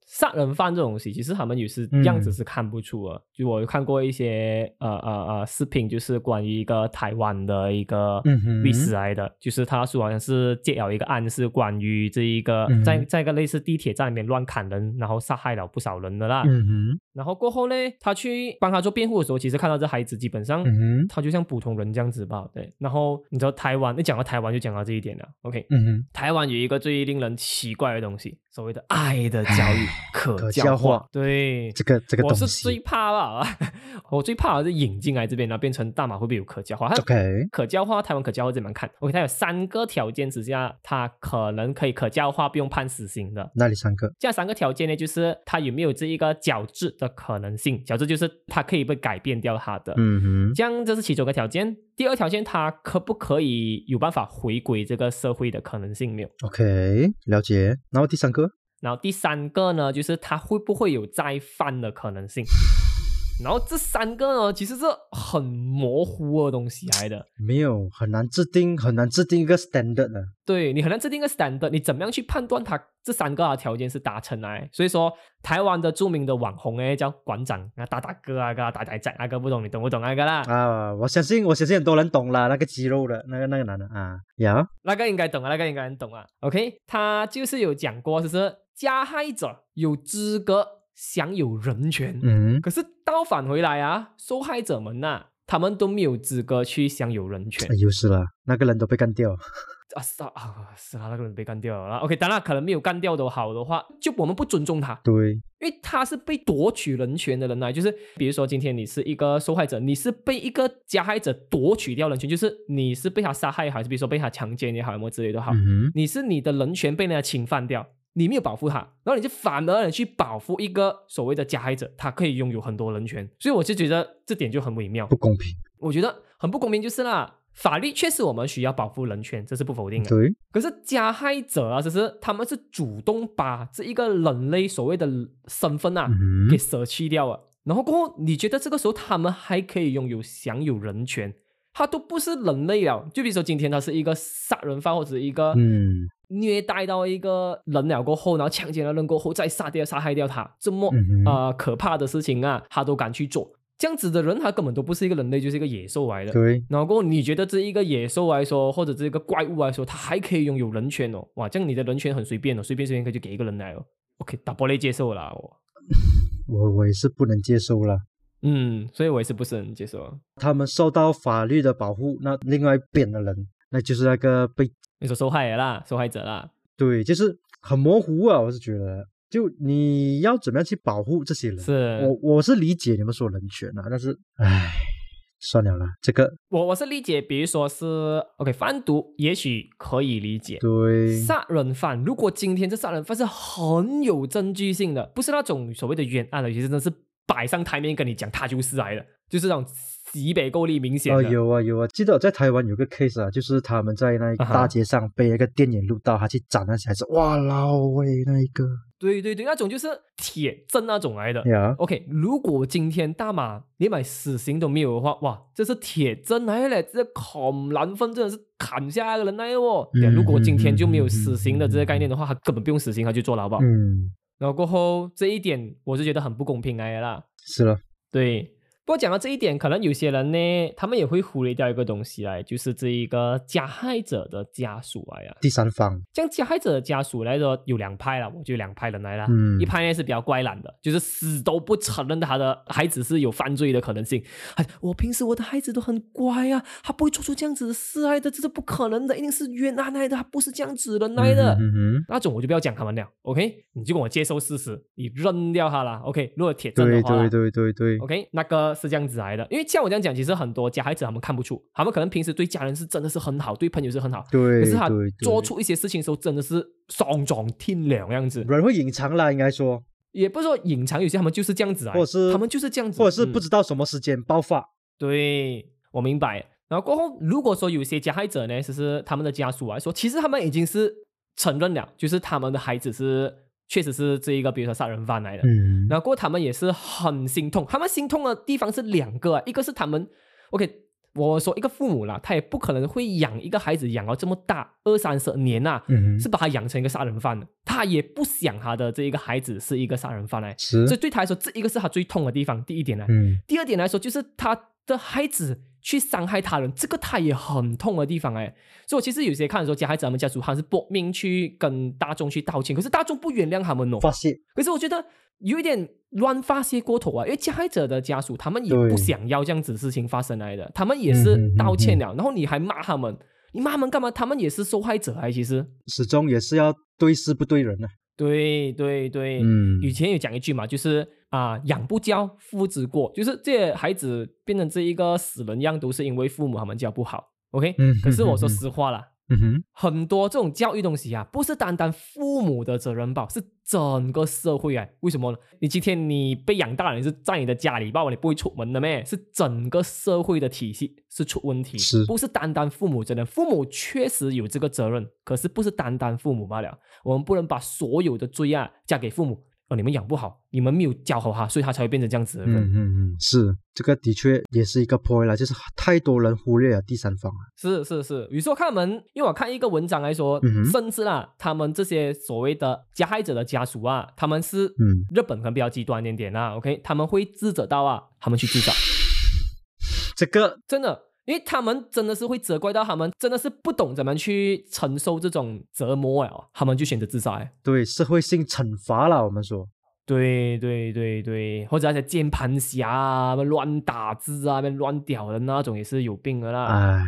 S1: 杀人犯这种东西，其实他们有时
S2: 嗯
S1: 样子是看不出的。就我有看过一些呃呃呃视频，就是关于一个台湾的一个
S2: 嗯哼
S1: 律师来的，就是他说好像是接了一个案，是关于这一个、
S2: 嗯哼
S1: 在在一个类似地铁站里面乱砍人，然后杀害了不少人的啦。
S2: 嗯
S1: 然后过后呢，他去帮他做辩护的时候，其实看到这孩子基本上
S2: 哼，。嗯
S1: 他就像普通人这样子吧，对。然后你知道台湾，一讲到台湾就讲到这一点了。OK，
S2: 哼，嗯哼，
S1: 台湾有一个最令人奇怪的东西，所谓的爱的教育可
S2: 可
S1: 教
S2: 教
S1: 化
S2: 化。
S1: 对，
S2: 这个这个
S1: 我
S2: 东
S1: 是最
S2: 西
S1: 怕吧， 我最怕的是引进来这边，然后变成大马会不会有可教化它
S2: OK
S1: 可教化，台湾可教化怎么看？OK，它有三个条件之下，它可能可以可教化，不用判死刑的。
S2: 那里三个，
S1: 这三个条件呢，就是它有没有这一个矫治的可能性？矫治就是它可以被改变掉它的。
S2: 嗯哼，
S1: 这样这是其中一个条件。第二条件，他可不可以有办法回归这个社会的可能性没有？
S2: ，OK 了解。然后第三个，
S1: 然后第三个呢，就是他会不会有再犯的可能性？然后这三个呢，其实是很模糊的东西来的。
S2: 没有很难制定，很难制定一个 standard 的。
S1: 对你很难制定一个 standard，你怎么样去判断它这三个啊条件是达成来？所以说，台湾的著名的网红诶叫馆长啊，大大哥啊，个大仔仔啊，个不懂你懂不懂那个啦？
S2: 啊，我相信，我相信很多人懂啦，那个肌肉的那个那个男的啊，呀，
S1: 那个应该懂啊，那个应该很懂啊。OK，他就是有讲过，就是加害者有资格享有人权，
S2: 嗯，
S1: 可是倒返回来啊，受害者们呐、他们都没有资格去享有人权
S2: 哎又是了，那个人都被干掉，
S1: 啊！是啊，啊是啊，那个人被干掉了啦。OK，当然可能没有干掉都好的话，就我们不尊重他，
S2: 对，
S1: 因为他是被夺取人权的人来，就是比如说今天你是一个受害者，你是被一个加害者夺取掉人权，就是你是被他杀害，还是比如说被他强奸也好，什么之类都好，
S2: 嗯
S1: 你是你的人权被人家侵犯掉，你没有保护他，然后你就反而你去保护一个所谓的加害者，他可以拥有很多人权，所以我就觉得这点就很微妙
S2: 哼，不，公平，
S1: 我觉得很不公平就是啦。法律确实我们需要保护人权，这是不否定的。
S2: 对，
S1: 可是加害者啊，其实他们是主动把这一个人类所谓的身份啊、
S2: 嗯
S1: 给舍弃掉了。然后过后，你觉得这个时候他们还可以拥有享有人权？他都不是人类了。就比如说今天他是一个杀人犯或者一个
S2: 嗯
S1: 虐待到一个人了过后，然后强奸了人过后再杀掉、杀害掉他，这么
S2: 嗯哼
S1: 啊、呃可怕的事情啊，他都敢去做。这样子的人，他根本都不是一个人类，就是一个野兽来的。
S2: 对，
S1: 然后过后你觉得这一个野兽来说，或者这个怪物来说，它还可以拥有人权哦，哇，这样你的人权很随便哦，随便随便可以就给一个人来哦。OK，打玻璃接受啦，我，
S2: 我我也是不能接受了。
S1: 嗯，所以我也是不是很接受啊。
S2: 他们受到法律的保护，那另外一边的人，那就是那个被
S1: 你说受害人啦，受害者啦，
S2: 对，就是很模糊啊。我是觉得，就你要怎么样去保护这些人？
S1: 是
S2: 我我是理解你们说人权啊，但是唉，算了啦，这个
S1: 我我是理解，比如说是 OK 贩毒，也许可以理解。
S2: 对，
S1: 杀人犯，如果今天这杀人犯是很有证据性的，不是那种所谓的冤案了，其实真的是摆上台面跟你讲他就是来的，就是那种西北够力明显
S2: 哦，
S1: 的。
S2: 有啊有啊，记得我在台湾有个 case 啊，就是他们在那一个
S1: 啊哈
S2: 大街上被那个电影录到，他去斩那小孩子，哇老喂那一个
S1: 对对对，那种就是铁证那种来的。
S2: 呀，
S1: OK，如果今天大马连买死刑都没有的话，哇，这是铁证哎来了，这恐难分真的是砍下来的人来的哦。对啊
S2: 嗯
S1: 如果今天就没有
S2: 嗯嗯
S1: 死刑的这个概念的话，他根本不用死刑，他就坐牢吧。
S2: 嗯，
S1: 然后过后这一点，我是觉得很不公平哎来的啦。
S2: 是了，
S1: 对，不过讲到这一点，可能有些人呢，他们也会忽略掉一个东西来，就是这一个加害者的家属来啊。
S2: 第三方，
S1: 像加害者的家属来说，有两派了，我就有两派人来了。
S2: 嗯
S1: 一派呢是比较乖懒的，就是死都不承认他的孩子是有犯罪的可能性。哎，我平时我的孩子都很乖啊，他不会做出这样子的事来的，这是不可能的，一定是冤案来的，他不是这样子的人来的。
S2: 嗯哼
S1: 那种我就不要讲他们了，OK？你就跟我接受事实，你认掉他啦 o k 如果铁证的
S2: 对
S1: 话啦，
S2: 对对对对，
S1: OK，那个是这样子来的，因为像我这样讲，其实很多加害者他们看不出，他们可能平时对家人是真的是很好，对朋友是很好，
S2: 对，
S1: 可是他
S2: 对
S1: 做
S2: 对
S1: 出一些事情的时候，真的是丧撞天良样子，
S2: 人会隐藏啦，应该说，
S1: 也不是说隐藏，有些他们就是这样子啊，
S2: 或者是
S1: 他们就是这样子，
S2: 或者是
S1: 嗯
S2: 不知道什么时间爆发，
S1: 对，我明白。然后过后，如果说有些加害者呢，其实他们的家属来说，其实他们已经是承认了，就是他们的孩子是确实是这一个，比如说杀人犯来的，
S2: 嗯
S1: 然后过后他们也是很心痛，他们心痛的地方是两个、啊，一个是他们，OK，我说一个父母啦，他也不可能会养一个孩子养到这么大，二三十年啊呐、
S2: 嗯哼
S1: 是把他养成一个杀人犯的，他也不想他的这一个孩子是一个杀人犯来，
S2: 是
S1: 所以对他来说，这一个是他最痛的地方，第一点呢，
S2: 嗯
S1: 第二点来说，就是他的孩子去伤害他人，这个他也很痛的地方哎。所以我其实有些看的时候，加害者他们家属他是搏命去跟大众去道歉，可是大众不原谅他们哦。
S2: 发泄，
S1: 可是我觉得有一点乱发泄过头啊，因为加害者的家属他们也
S2: 对
S1: 不想要这样子事情发生来的，他们也
S2: 嗯
S1: 是
S2: 哼
S1: 道歉了，然后你还骂他们，你骂他们干嘛？他们也是受害者哎，其实。
S2: 始终也是要对事不对人呢、
S1: 对对对，
S2: 嗯
S1: 以前有讲一句嘛，就是啊、养不教，父之过，就是这些孩子变成这一个死人样，都是因为父母他们教不好。OK，、
S2: 嗯
S1: 可是我说
S2: 嗯嗯
S1: 实话啦，
S2: 嗯哼，
S1: 很多这种教育东西啊，不是单单父母的责任吧，是整个社会啊。为什么呢？你今天你被养大了，你是在你的家里吧，你不会出门的咩？是整个社会的体系是出问题，
S2: 是
S1: 不是单单父母责任？父母确实有这个责任，可是不是单单父母罢了。我们不能把所有的罪啊嫁给父母。哦，你们养不好，你们没有教好他，所以他才会变成这样子的
S2: 嗯
S1: 人。
S2: 嗯嗯，是这个的确也是一个 point 啦，就是太多人忽略了第三方啊，
S1: 是是是，有时候看他们，因为我看一个文章来说，
S2: 嗯哼
S1: 甚至啦，他们这些所谓的加害者的家属啊，他们是
S2: 嗯
S1: 日本可能比较极端一点点啦，OK，他们会自责到啊，他们去自杀，
S2: 这个
S1: 真的。因为他们真的是会责怪到他们，真的是不懂怎么去承受这种折磨了，他们就选择自杀了。
S2: 对社会性惩罚啦，我们说，
S1: 对对对对，或者那些键盘侠啊、乱打字啊、乱屌人啊那种也是有病的啦。
S2: 唉，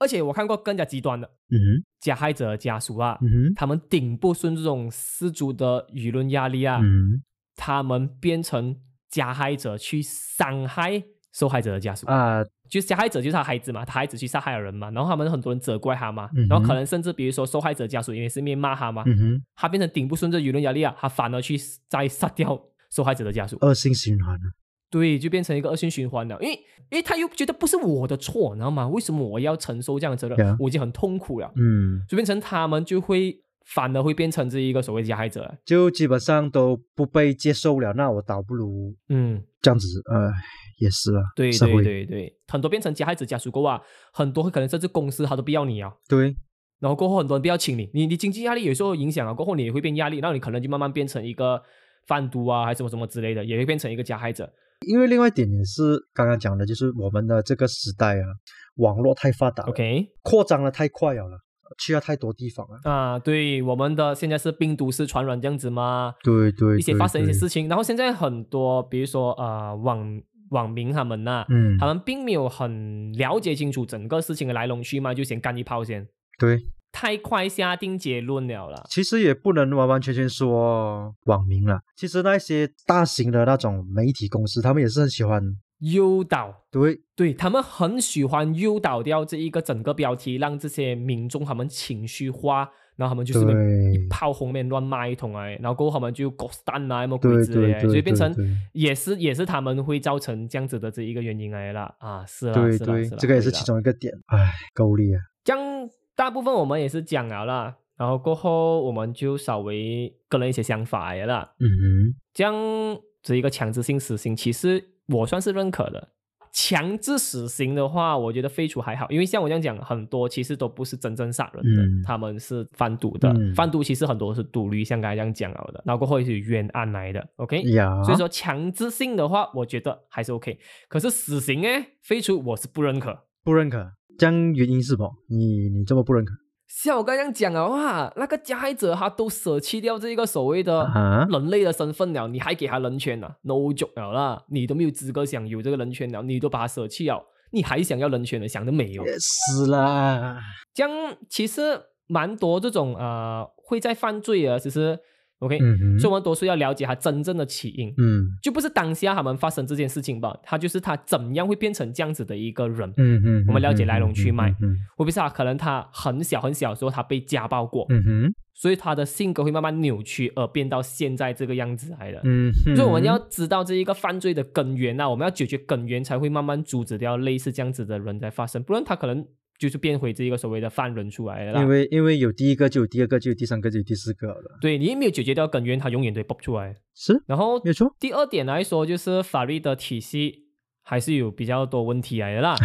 S1: 而且我看过更加极端的
S2: 哎嗯
S1: 加害者的家属啊，
S2: 哼，嗯
S1: 他们顶不顺这种失足的舆论压力啊，
S2: 哼，嗯
S1: 他们变成加害者去伤害受害者的家属，
S2: 啊，
S1: 就是加害者就是他孩子嘛，他孩子去杀害了人嘛，然后他们很多人责怪他嘛，
S2: 嗯哼
S1: 然后可能甚至比如说受害者家属也是面骂他嘛，
S2: 嗯哼，
S1: 他变成顶不顺这舆论压力啊，他反而去再杀掉受害者的家属，
S2: 恶性循环啊，
S1: 对，就变成一个恶性循环了，因为因为他又觉得不是我的错，你知道吗？为什么我要承受这样的责任
S2: Yeah
S1: 我已经很痛苦了，
S2: 嗯，
S1: 就变成他们就会反而会变成这一个所谓加害者了。
S2: 就基本上都不被接受了，那我倒不如
S1: 嗯，
S2: 这样子，呃，也是啊，
S1: 对
S2: 社
S1: 对
S2: 会
S1: 对对，很多变成加害者家属过啊，很多可能甚至公司他都不要你啊。
S2: 对
S1: 然后过后很多人不要请你，你你经济压力有时候影响啊了，过后你也会变压力，然后你可能就慢慢变成一个贩毒啊，还是什么什么之类的，也会变成一个加害者。
S2: 因为另外一点也是刚刚讲的，就是我们的这个时代啊，网络太发达了
S1: OK，
S2: 扩张的太快了啦，去了太多地方了。
S1: 啊，对，我们的现在是病毒式传染这样子嘛，
S2: 对对，
S1: 一些发生一些
S2: 对，
S1: 事情，然后现在很多，比如说呃网网民他们呐、
S2: 对嗯
S1: 他，们并没有很了解清楚整个事情的来龙去脉，就先干一炮先，
S2: 对，
S1: 太快下定结论了啦。
S2: 其实也不能完完全全说网民啦，其实那些大型的那种媒体公司，他们也是很喜欢，
S1: 诱导，
S2: 对
S1: 对他们很喜欢诱导掉这一个整个标题，让这些民众他们情绪化，然后他们就是被
S2: 对
S1: 一炮轰面乱骂一通哎，然后过后他们就狗蛋啊，什么鬼
S2: 对
S1: 之类
S2: 对
S1: 的，
S2: 对，
S1: 所以变
S2: 对
S1: 成
S2: 对
S1: 也是也是他们会造成这样子的这一个原因来啦啊，是啦
S2: 对
S1: 是啦
S2: 对
S1: 是啦，
S2: 这个也
S1: 对
S2: 是
S1: 啦
S2: 其中一个点，唉，够力啊，
S1: 这样大部分我们也是讲了啦，然后过后我们就稍微个人一些想法来了啦。
S2: 嗯哼，
S1: 这样这一个强制性死刑，其实我算是认可的。强制死刑的话，我觉得废除还好，因为像我这样讲，很多其实都不是真正杀人的，
S2: 嗯
S1: 他们是贩毒的。
S2: 嗯
S1: 贩毒其实很多是赌驴，像刚才这样讲了的，然后过后也是冤案来的。OK，、
S2: 呀，
S1: 哎所以说强制性的话，我觉得还是 OK。可是死刑哎，废除我是不认可。
S2: 不认可，这样原因是什么？你你这么不认可
S1: 像我刚刚讲啊，哇，那个加害者他都舍弃掉这一个所谓的
S2: 啊？
S1: 人类的身份了，你还给他人权呢、n o joke 了啦，你都没有资格享有这个人权了，你都把他舍弃了，你还想要人权呢？想得美哦！
S2: 也是啦，
S1: 这样其实蛮多这种呃会在犯罪啊，其实 OK，、
S2: 嗯哼，
S1: 所以我们多数要了解他真正的起因，
S2: 嗯
S1: 就不是当下他们发生这件事情吧，他就是他怎样会变成这样子的一个人，
S2: 嗯嗯，
S1: 我们了解
S2: 嗯
S1: 来龙去脉
S2: 嗯
S1: 会不会是他可能他很小很小的时候他被家暴过，
S2: 嗯哼，
S1: 所以他的性格会慢慢扭曲而变到现在这个样子来的。
S2: 嗯哼，
S1: 所以我们要知道这一个犯罪的根源啊，我们要解决根源，才会慢慢阻止掉类似这样子的人在发生，不然他可能就是变回这一个所谓的犯人出来了
S2: 因
S1: 啦。
S2: 为因为有第一个就有第二个，就有第三个，就有第四个了，
S1: 对你没有解决掉根源，他永远都会爆出来。
S2: 是
S1: 然后
S2: 没有错。
S1: 第二点来说，就是法律的体系还是有比较多问题来的啦。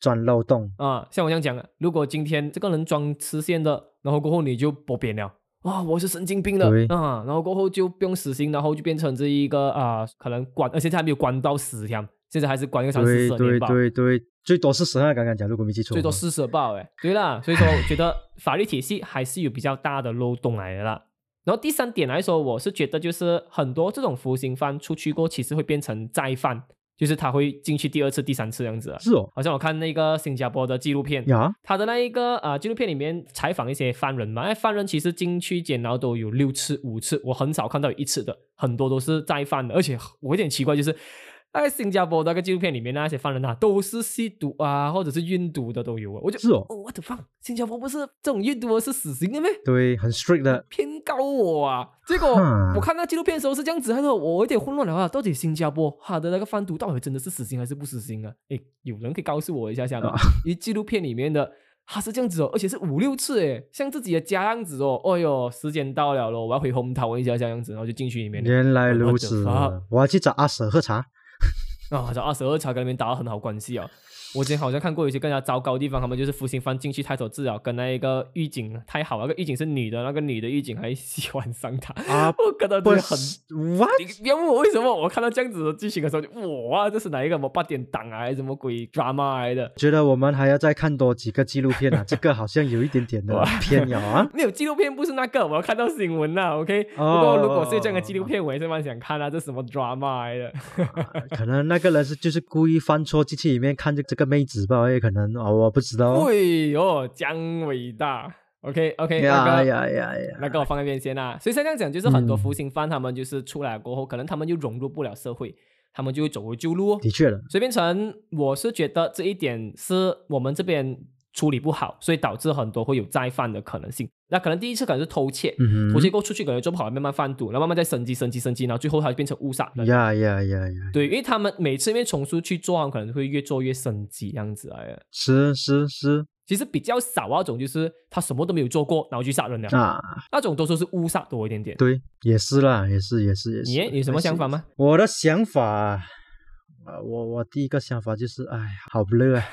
S2: 钻漏洞，
S1: 啊，像我这样讲的，如果今天这个人装痴线的，然后过后你就不扁了。啊、我是神经病的
S2: 对
S1: 啊，然后过后就不用死刑，然后就变成这一个啊、可能关，而且他还没有关到死条，现在还是关一个三四
S2: 对
S1: 十
S2: 对
S1: 年吧，
S2: 对对，最多是十二，刚刚讲，如果没记错
S1: 最
S2: 的话，
S1: 多四十报哎，对啦，所以说我觉得法律体系还是有比较大的漏洞来的啦。然后第三点来说，我是觉得就是很多这种服刑犯出去过，其实会变成再犯，就是他会进去第二次、第三次这样子啊。
S2: 是哦，
S1: 好像我看那个新加坡的纪录片，
S2: 呀，
S1: 他的那一个啊、呃纪录片里面采访一些犯人嘛，哎，犯人其实进去监牢都有六次、五次，我很少看到有一次的，很多都是再犯的。而且我有点奇怪，就是在新加坡那个纪录片里面那些犯人啊，都是吸毒啊，或者是运毒的都有啊。我就是
S2: 哦
S1: 哦，我的妈，新加坡不是这种运毒的是死刑的咩？
S2: 对，很 strict 的，
S1: 偏高我啊！结果
S2: 哼
S1: 我看那纪录片的时候是这样子，还是我有点混乱了啊！到底新加坡他的那个贩毒到底真的是死刑还是不死刑啊？诶，有人可以告诉我一下下吗
S2: 啊？
S1: 因为纪录片里面的他是这样子哦，而且是五六次诶，像自己的家样子哦。哎哟，时间到了咯，我要回 home town 一下这样子，然后就进去里面了。
S2: 原来
S1: What the
S2: 如此
S1: fuck？，
S2: 我要去找阿婶喝茶。
S1: 啊，这二十二条跟那边打得很好关系啊。我之前好像看过有些更加糟糕的地方，他们就是服刑犯进去太守治疗，跟那一个狱警太好了，那个狱警是女的，那个女的狱警还喜欢上他，
S2: 啊
S1: 我看到
S2: 不
S1: 这
S2: 是
S1: 很。
S2: what？
S1: 你 你要问我为什么？我看到这样子的剧情的时候就，哇，这是哪一个什么八点档啊，还是什么鬼 drama 来的？
S2: 觉得我们还要再看多几个纪录片 啊，这个好像有一点点的
S1: 哇
S2: 偏了啊。
S1: 没有纪录片不是那个，我要看到新闻啦。OK，不
S2: 哦
S1: 过如果是这样的纪录片，我也是蛮想看啊，这是什么 drama 来的？
S2: 可能那个人是就是故意翻错进去里面看这这个妹子吧，也可能哦，我不知道哦。
S1: 对哦，姜伟大。OK OK，
S2: 呀
S1: 那个
S2: 呀呀呀！
S1: 那个我放在边先啦。所以像这样讲，就是很多
S2: 嗯
S1: 服刑犯他们就是出来过后，可能他们就融入不了社会，他们就会走回旧路、哦。
S2: 的确了，
S1: 所以变成我是觉得这一点是我们这边处理不好，所以导致很多会有再犯的可能性。那可能第一次可能是偷窃，
S2: 嗯
S1: 偷窃
S2: 哼，
S1: 过后出去可能做不好，慢慢贩毒，然后慢慢再升级、升级、升级，然后最后它就变成误杀人。
S2: 呀呀呀呀！
S1: 对，因为他们每次因为重复去做，他们可能会越做越升级这样子来的。
S2: 是是是
S1: 其实比较少那种就是他什么都没有做过，然后去杀人了，
S2: 啊，
S1: 那种多数是误杀多一点点。
S2: 对，也是啦，也是也是也是。
S1: 你耶你有什么
S2: 也是
S1: 想法？吗？
S2: 我的想法啊， 呃我我第一个想法就是，哎，好不乐啊，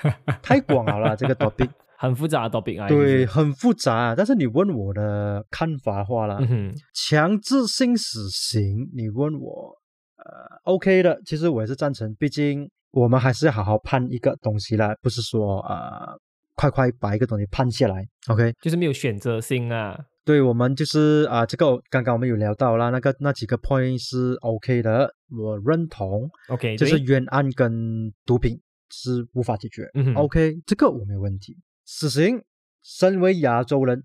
S2: 太广了啦，这个 topic。
S1: 很复杂的 topic 啊。其
S2: 对，
S1: 实，
S2: 很复杂。啊但是你问我的看法的话啦，
S1: 嗯哼，
S2: 强制性死刑，你问我，呃，OK 的，其实我也是赞成，毕竟我们还是要好好判一个东西啦，不是说呃，快快把一个东西判下来，OK。
S1: 就是没有选择性啊。
S2: 对我们就是啊、这个刚刚我们有聊到啦，那个那几个 point 是 OK 的，我认同，
S1: OK，
S2: 就是
S1: 对
S2: 冤案跟毒品是无法解决、
S1: 嗯哼
S2: o k 这个我没有问题。死刑，身为亚 洲人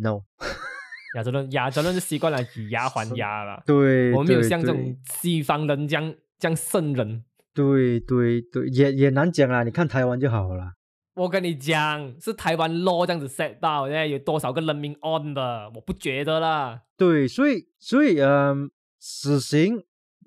S2: ，no，
S1: 亚洲人，亚洲人就习惯了以牙还牙了。
S2: 对，
S1: 我们没有
S2: 对
S1: 像这
S2: 对
S1: 种西方人这样这样圣人。
S2: 对对对，也也难讲啊啦。你看台湾就好了啦。
S1: 我跟你讲，是台湾 law 这样子 set 到，现在有多少个人民 on 的？我不觉得啦。
S2: 对，所以所以嗯，死刑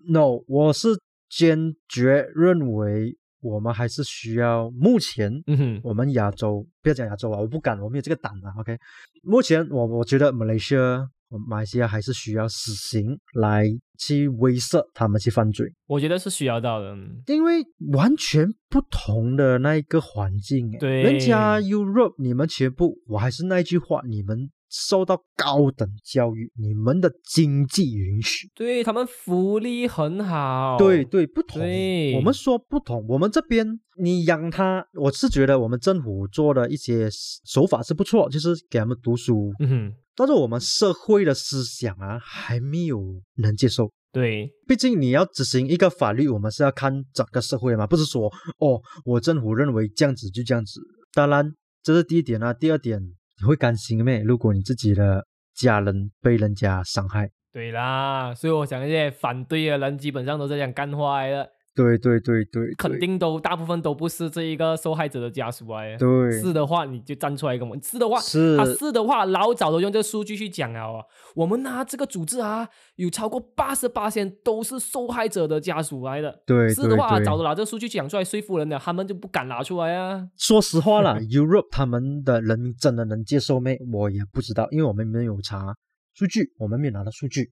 S2: ，no，我是坚决认为我们还是需要目前
S1: 嗯哼，
S2: 我们亚洲，不要讲亚洲啊，我不敢，我没有这个胆啊。OK，目前我我觉得马来西亚、马来西亚还是需要死刑来去威慑他们去犯罪，
S1: 我觉得是需要到的。嗯
S2: 因为完全不同的那一个环境诶，
S1: 对
S2: 人家 Europe 你们全部，我还是那一句话，你们受到高等教育，你们的经济允许。
S1: 对他们福利很好。
S2: 对对，不同。
S1: 哦对
S2: 我们说不同，我们这边你养它，我是觉得我们政府做的一些手法是不错，就是给他们读书，
S1: 嗯哼，
S2: 但是我们社会的思想啊，还没有能接受。
S1: 对，
S2: 毕竟你要执行一个法律，我们是要看整个社会的嘛，不是说哦，我政府认为这样子就这样子。当然，这是第一点啊。第二点，你会甘心咩？如果你自己的家人被人家伤害，
S1: 对啦，所以我想那些反对的人基本上都是讲干话来的，
S2: 对对对对，对
S1: 肯定都大部分都不是这一个受害者的家属来的。
S2: 对
S1: 是的话，你就站出来跟我们；是的话，
S2: 是
S1: 啊是的话，老早都用这个数据去讲了哦。我们呢、这个组织啊，有超过八十八都是受害者的家属来的。
S2: 对
S1: 是的话，
S2: 对对
S1: 早都拿这个数据讲出来说服人了，他们就不敢拿出来啊。
S2: 说实话啦，Europe 他们的人真的能接受没？我也不知道，因为我们没有查数据，我们没有拿到数据。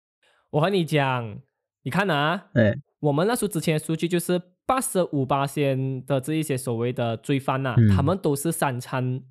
S1: 我和你讲，你看啊，
S2: 哎，
S1: 我们那时候之前的数据就是八十五八仙的这一些所谓的罪犯呐、
S2: 嗯
S1: 他们都是三餐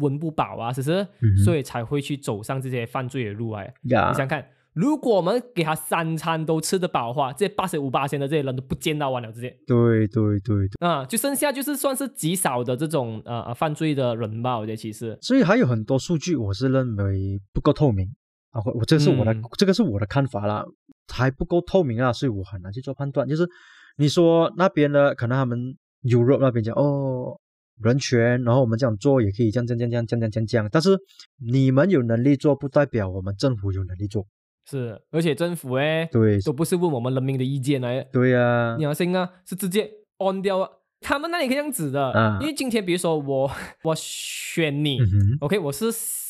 S1: 温不饱啊，只是
S2: 嗯哼
S1: 所以才会去走上这些犯罪的路啊来。
S2: 呀
S1: 你想看，如果我们给他三餐都吃得饱的话，这八十五八仙的这些人都不见到完了，直接
S2: 对对对对，
S1: 啊、就剩下就是算是极少的这种呃呃犯罪的人吧，我觉得其实
S2: 所以还有很多数据，我是认为不够透明啊。我我这是我的、
S1: 嗯
S2: 这个是我的看法啦，还不够透明啊，所以我很难去做判断。就是你说那边的，可能他们 Europe 那边讲哦。人权，然后我们这样做也可以这样这样这样这样这样这样这样，但是你们有能力做，不代表我们政府有能力做。
S1: 是，而且政府哎
S2: 对，
S1: 都不是问我们人民的意见来的。
S2: 对呀、
S1: 你要信啊，是直接 on 掉啊。他们那里可以这样子的，
S2: 啊
S1: 因为今天比如说我我选你、
S2: 嗯哼，
S1: o k 我是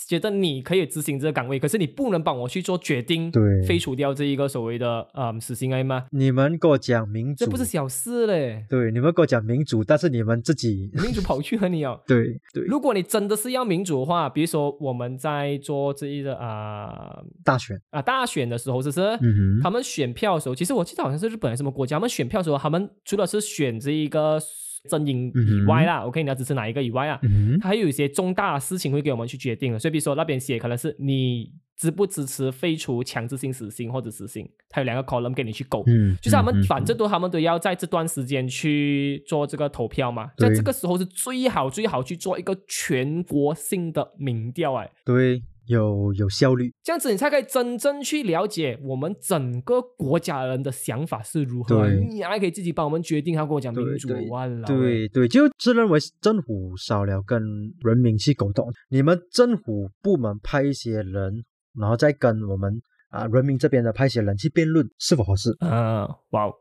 S1: 觉得你可以执行这个岗位，可是你不能帮我去做决定，
S2: 对
S1: 废除掉这一个所谓的嗯死刑案吗？
S2: 你们给我讲民主，
S1: 这不是小事嘞，
S2: 对，你们给我讲民主，但是你们自己。
S1: 民主跑去和你哦
S2: 对对
S1: 如果你真的是要民主的话，比如说我们在做这一个啊
S2: 大选，
S1: 啊大选的时候，只是
S2: 嗯哼，
S1: 他们选票的时候，其实我记得好像是日本还是什么国家，他们选票的时候，他们除了是选这一个阵营以外啦、o k 你要支持哪一个以外啊，
S2: 嗯
S1: 它还有一些重大的事情会给我们去决定的。所以，比如说那边写可能是你支不支持废除强制性死刑或者死刑，它有两个 column 给你去勾。
S2: 哼，嗯，
S1: 就是他
S2: 嗯
S1: 们
S2: 哼
S1: 反正都他们都要在这段时间去做这个投票嘛，
S2: 对
S1: 在这个时候是最好最好去做一个全国性的民调哎，
S2: 对有有效率，
S1: 这样子你才可以真正去了解我们整个国家人的想法是如何。
S2: 对
S1: 你还可以自己帮我们决定，他跟我讲
S2: 对
S1: 民主
S2: 对，
S1: 哇啦，
S2: 对对，就自认为政府少了跟人民去沟通，你们政府部门派一些人，然后再跟我们。啊，人民这边的派一些人去辩论是否合适，
S1: 嗯，哇 哦，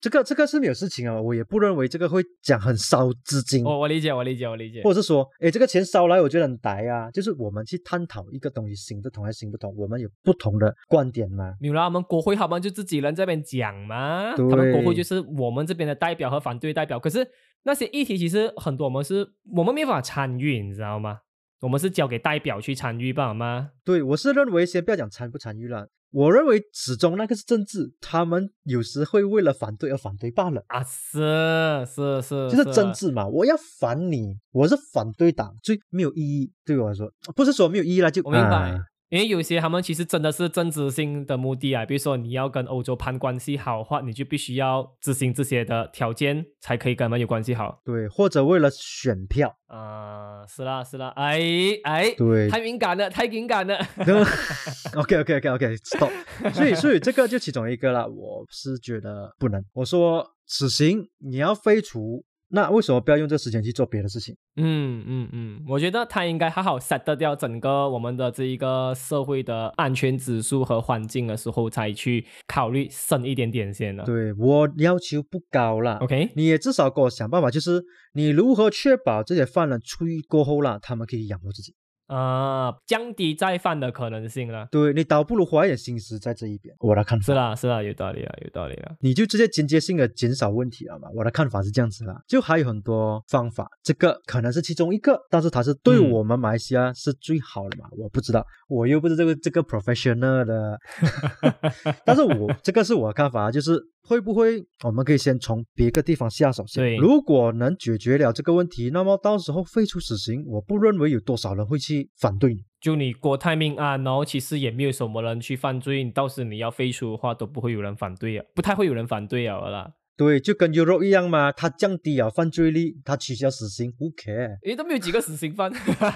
S2: 这个这个是没有事情啊，我也不认为这个会讲很烧资金。
S1: 我我理解，我理解，我理解
S2: 或。者是说，诶，这个钱烧来，我觉得很呆啊。就是我们去探讨一个东西行不通还是行不通，我们有不同的观点嘛。
S1: 没有啦，他们国会他们就自己人这边讲嘛，他们国会
S2: 对
S1: 就是我们这边的代表和反对代表。可是那些议题其实很多我们是我们没办法参与，你知道吗？我们是交给代表去参与吧好吗？
S2: 对我是认为，先不要讲参不参与了，我认为始终那个是政治，他们有时会为了反对而反对罢了，
S1: 啊，是是是，啊
S2: 就是政治嘛。我要反你，我是反对党，所以没有意义。对我来说，不是说没有意义啦，就
S1: 我明白
S2: 啊
S1: 因为有些他们其实真的是政治性的目的啊，比如说你要跟欧洲攀关系好的话，你就必须要执行这些的条件，才可以跟他们有关系好。
S2: 对，或者为了 选票，
S1: 啊、是啦是啦，哎哎，
S2: 对，
S1: 太敏感了，太敏感了。
S2: OK OK OK OK stop。所以所以这个就其中一个啦，我是觉得不能。我说此行你要废除，那为什么不要用这时间去做别的事情？
S1: 嗯嗯嗯，我觉得他应该好好 set 掉整个我们的这一个社会的安全指数和环境的时候，才去考虑深一点点先了。啊
S2: 对我要求不高啦。
S1: ，OK，
S2: 你也至少给我想办法，就是你如何确保这些犯人出狱过后啦，他们可以养活自己。
S1: 啊、降低再犯的可能性了。
S2: 对你倒不如花一点心思在这一边。我的看法
S1: 是啦是啦，有道理啊，有道理啊。
S2: 你就直接间接性的减少问题了嘛？我的看法是这样子啦，就还有很多方法，这个可能是其中一个，但是它是对
S1: 嗯
S2: 我们马来西亚是最好的嘛？我不知道，我又不是这个这个 professional 的， 但是我这个是我的看法，就是会不会我们可以先从别个地方下手
S1: 对
S2: 先？如果能解决了这个问题，那么到时候废除死刑，我不认为有多少人会去反对你。
S1: 就你国泰命案，然后其实也没有什么人去犯罪，你到时你要废除的话，都不会有人反对啊，不太会有人反对啊啦。
S2: 对，就跟 Euro 一样嘛，它降低了犯罪率，它取消死刑，Who care？
S1: 诶，都没有几个死刑犯。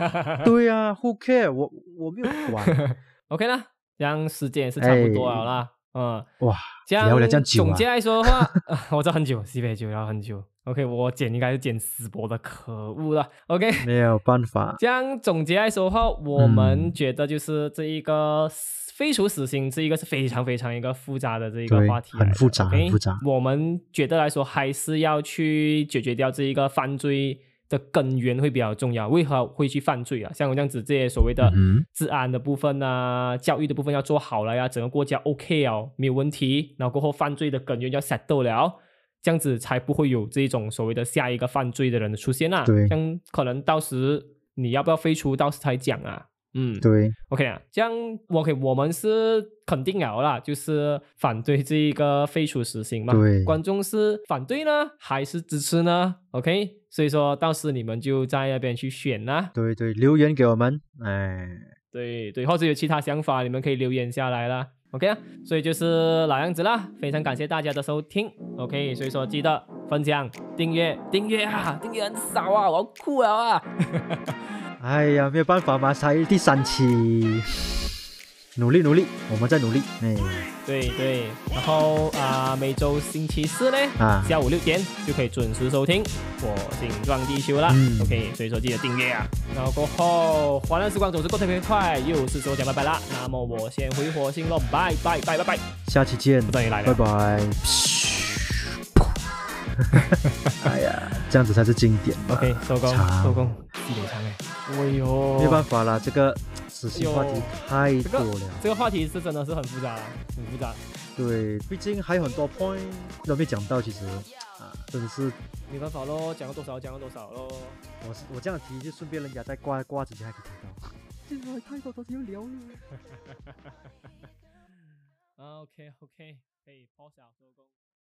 S2: 对呀、w h o care？我我没有管。
S1: OK 啦，这样时间也是差不多了啦。嗯，
S2: 哎哇，
S1: 这样
S2: 聊了这样久啊
S1: 总结来说的话， 啊我知道很久，西北酒聊很久。OK，我剪应该是剪死博的，可恶了。OK，
S2: 没有办法，
S1: 这样总结来说的话，我们
S2: 嗯
S1: 觉得就是这一个死废除死刑，这一个是非常非常一个复杂 的这一个
S2: 对
S1: 话题来的，
S2: 很复杂
S1: OK？
S2: 很复杂
S1: 我们觉得来说，还是要去解决掉这一个犯罪的根源会比较重要。为何会去犯罪啊？像我这样子，这些所谓的
S2: 嗯哼
S1: 治安的部分啊、教育的部分要做好了呀，整个国家 OK 哦，没有问题。然后过后犯罪的根源要 settle 了。这样子才不会有这种所谓的下一个犯罪的人的出现啊。
S2: 对
S1: 这样可能到时你要不要废除，到时才讲啊。嗯，
S2: 对，
S1: ，OK 啊，这样 OK，我们是肯定了啦，就是反对这一个废除死刑嘛。
S2: 对
S1: 观众是反对呢，还是支持呢？OK，所以说到时你们就在那边去选啊啦。
S2: 对对，留言给我们，哎，
S1: 对对，或者有其他想法，你们可以留言下来啦。OK 啊，所以就是老样子啦，非常感谢大家的收听。OK，所以说记得分享、订阅、订阅啊，订阅很少啊，我要哭了啊。
S2: 哎呀，没有办法嘛，才第三期，努力努力，我们在努力，哎，
S1: 对对，然后啊、每周星期四呢，
S2: 啊
S1: 下午六点就可以准时收听我顶撞地球啦。
S2: 嗯
S1: OK，所以说记得订阅啊。然后过后，欢乐时光总是过得特别快，又是时候讲拜拜啦。那么我先回火星喽，拜拜拜拜拜，
S2: 下期见
S1: 不，等你来了
S2: 拜。 拜。哎呀，这样子才是经典嘛
S1: OK，收工
S2: 长
S1: 收工，积累长哎，啊哎呦，
S2: 没有办法啦，这个死刑话题太
S1: 这
S2: 多
S1: 个
S2: 了，
S1: 这个话题是真的是很复杂，很复杂。
S2: 对，毕竟还有很多 point 都没讲到，其实啊，真的是
S1: 没办法咯，讲了多少讲了多少咯。
S2: 我是我这样提，就顺便人家在挂挂之前还可以听到。这个太多东西要聊了。
S1: 啊，OK OK，可以 pause 啊收工。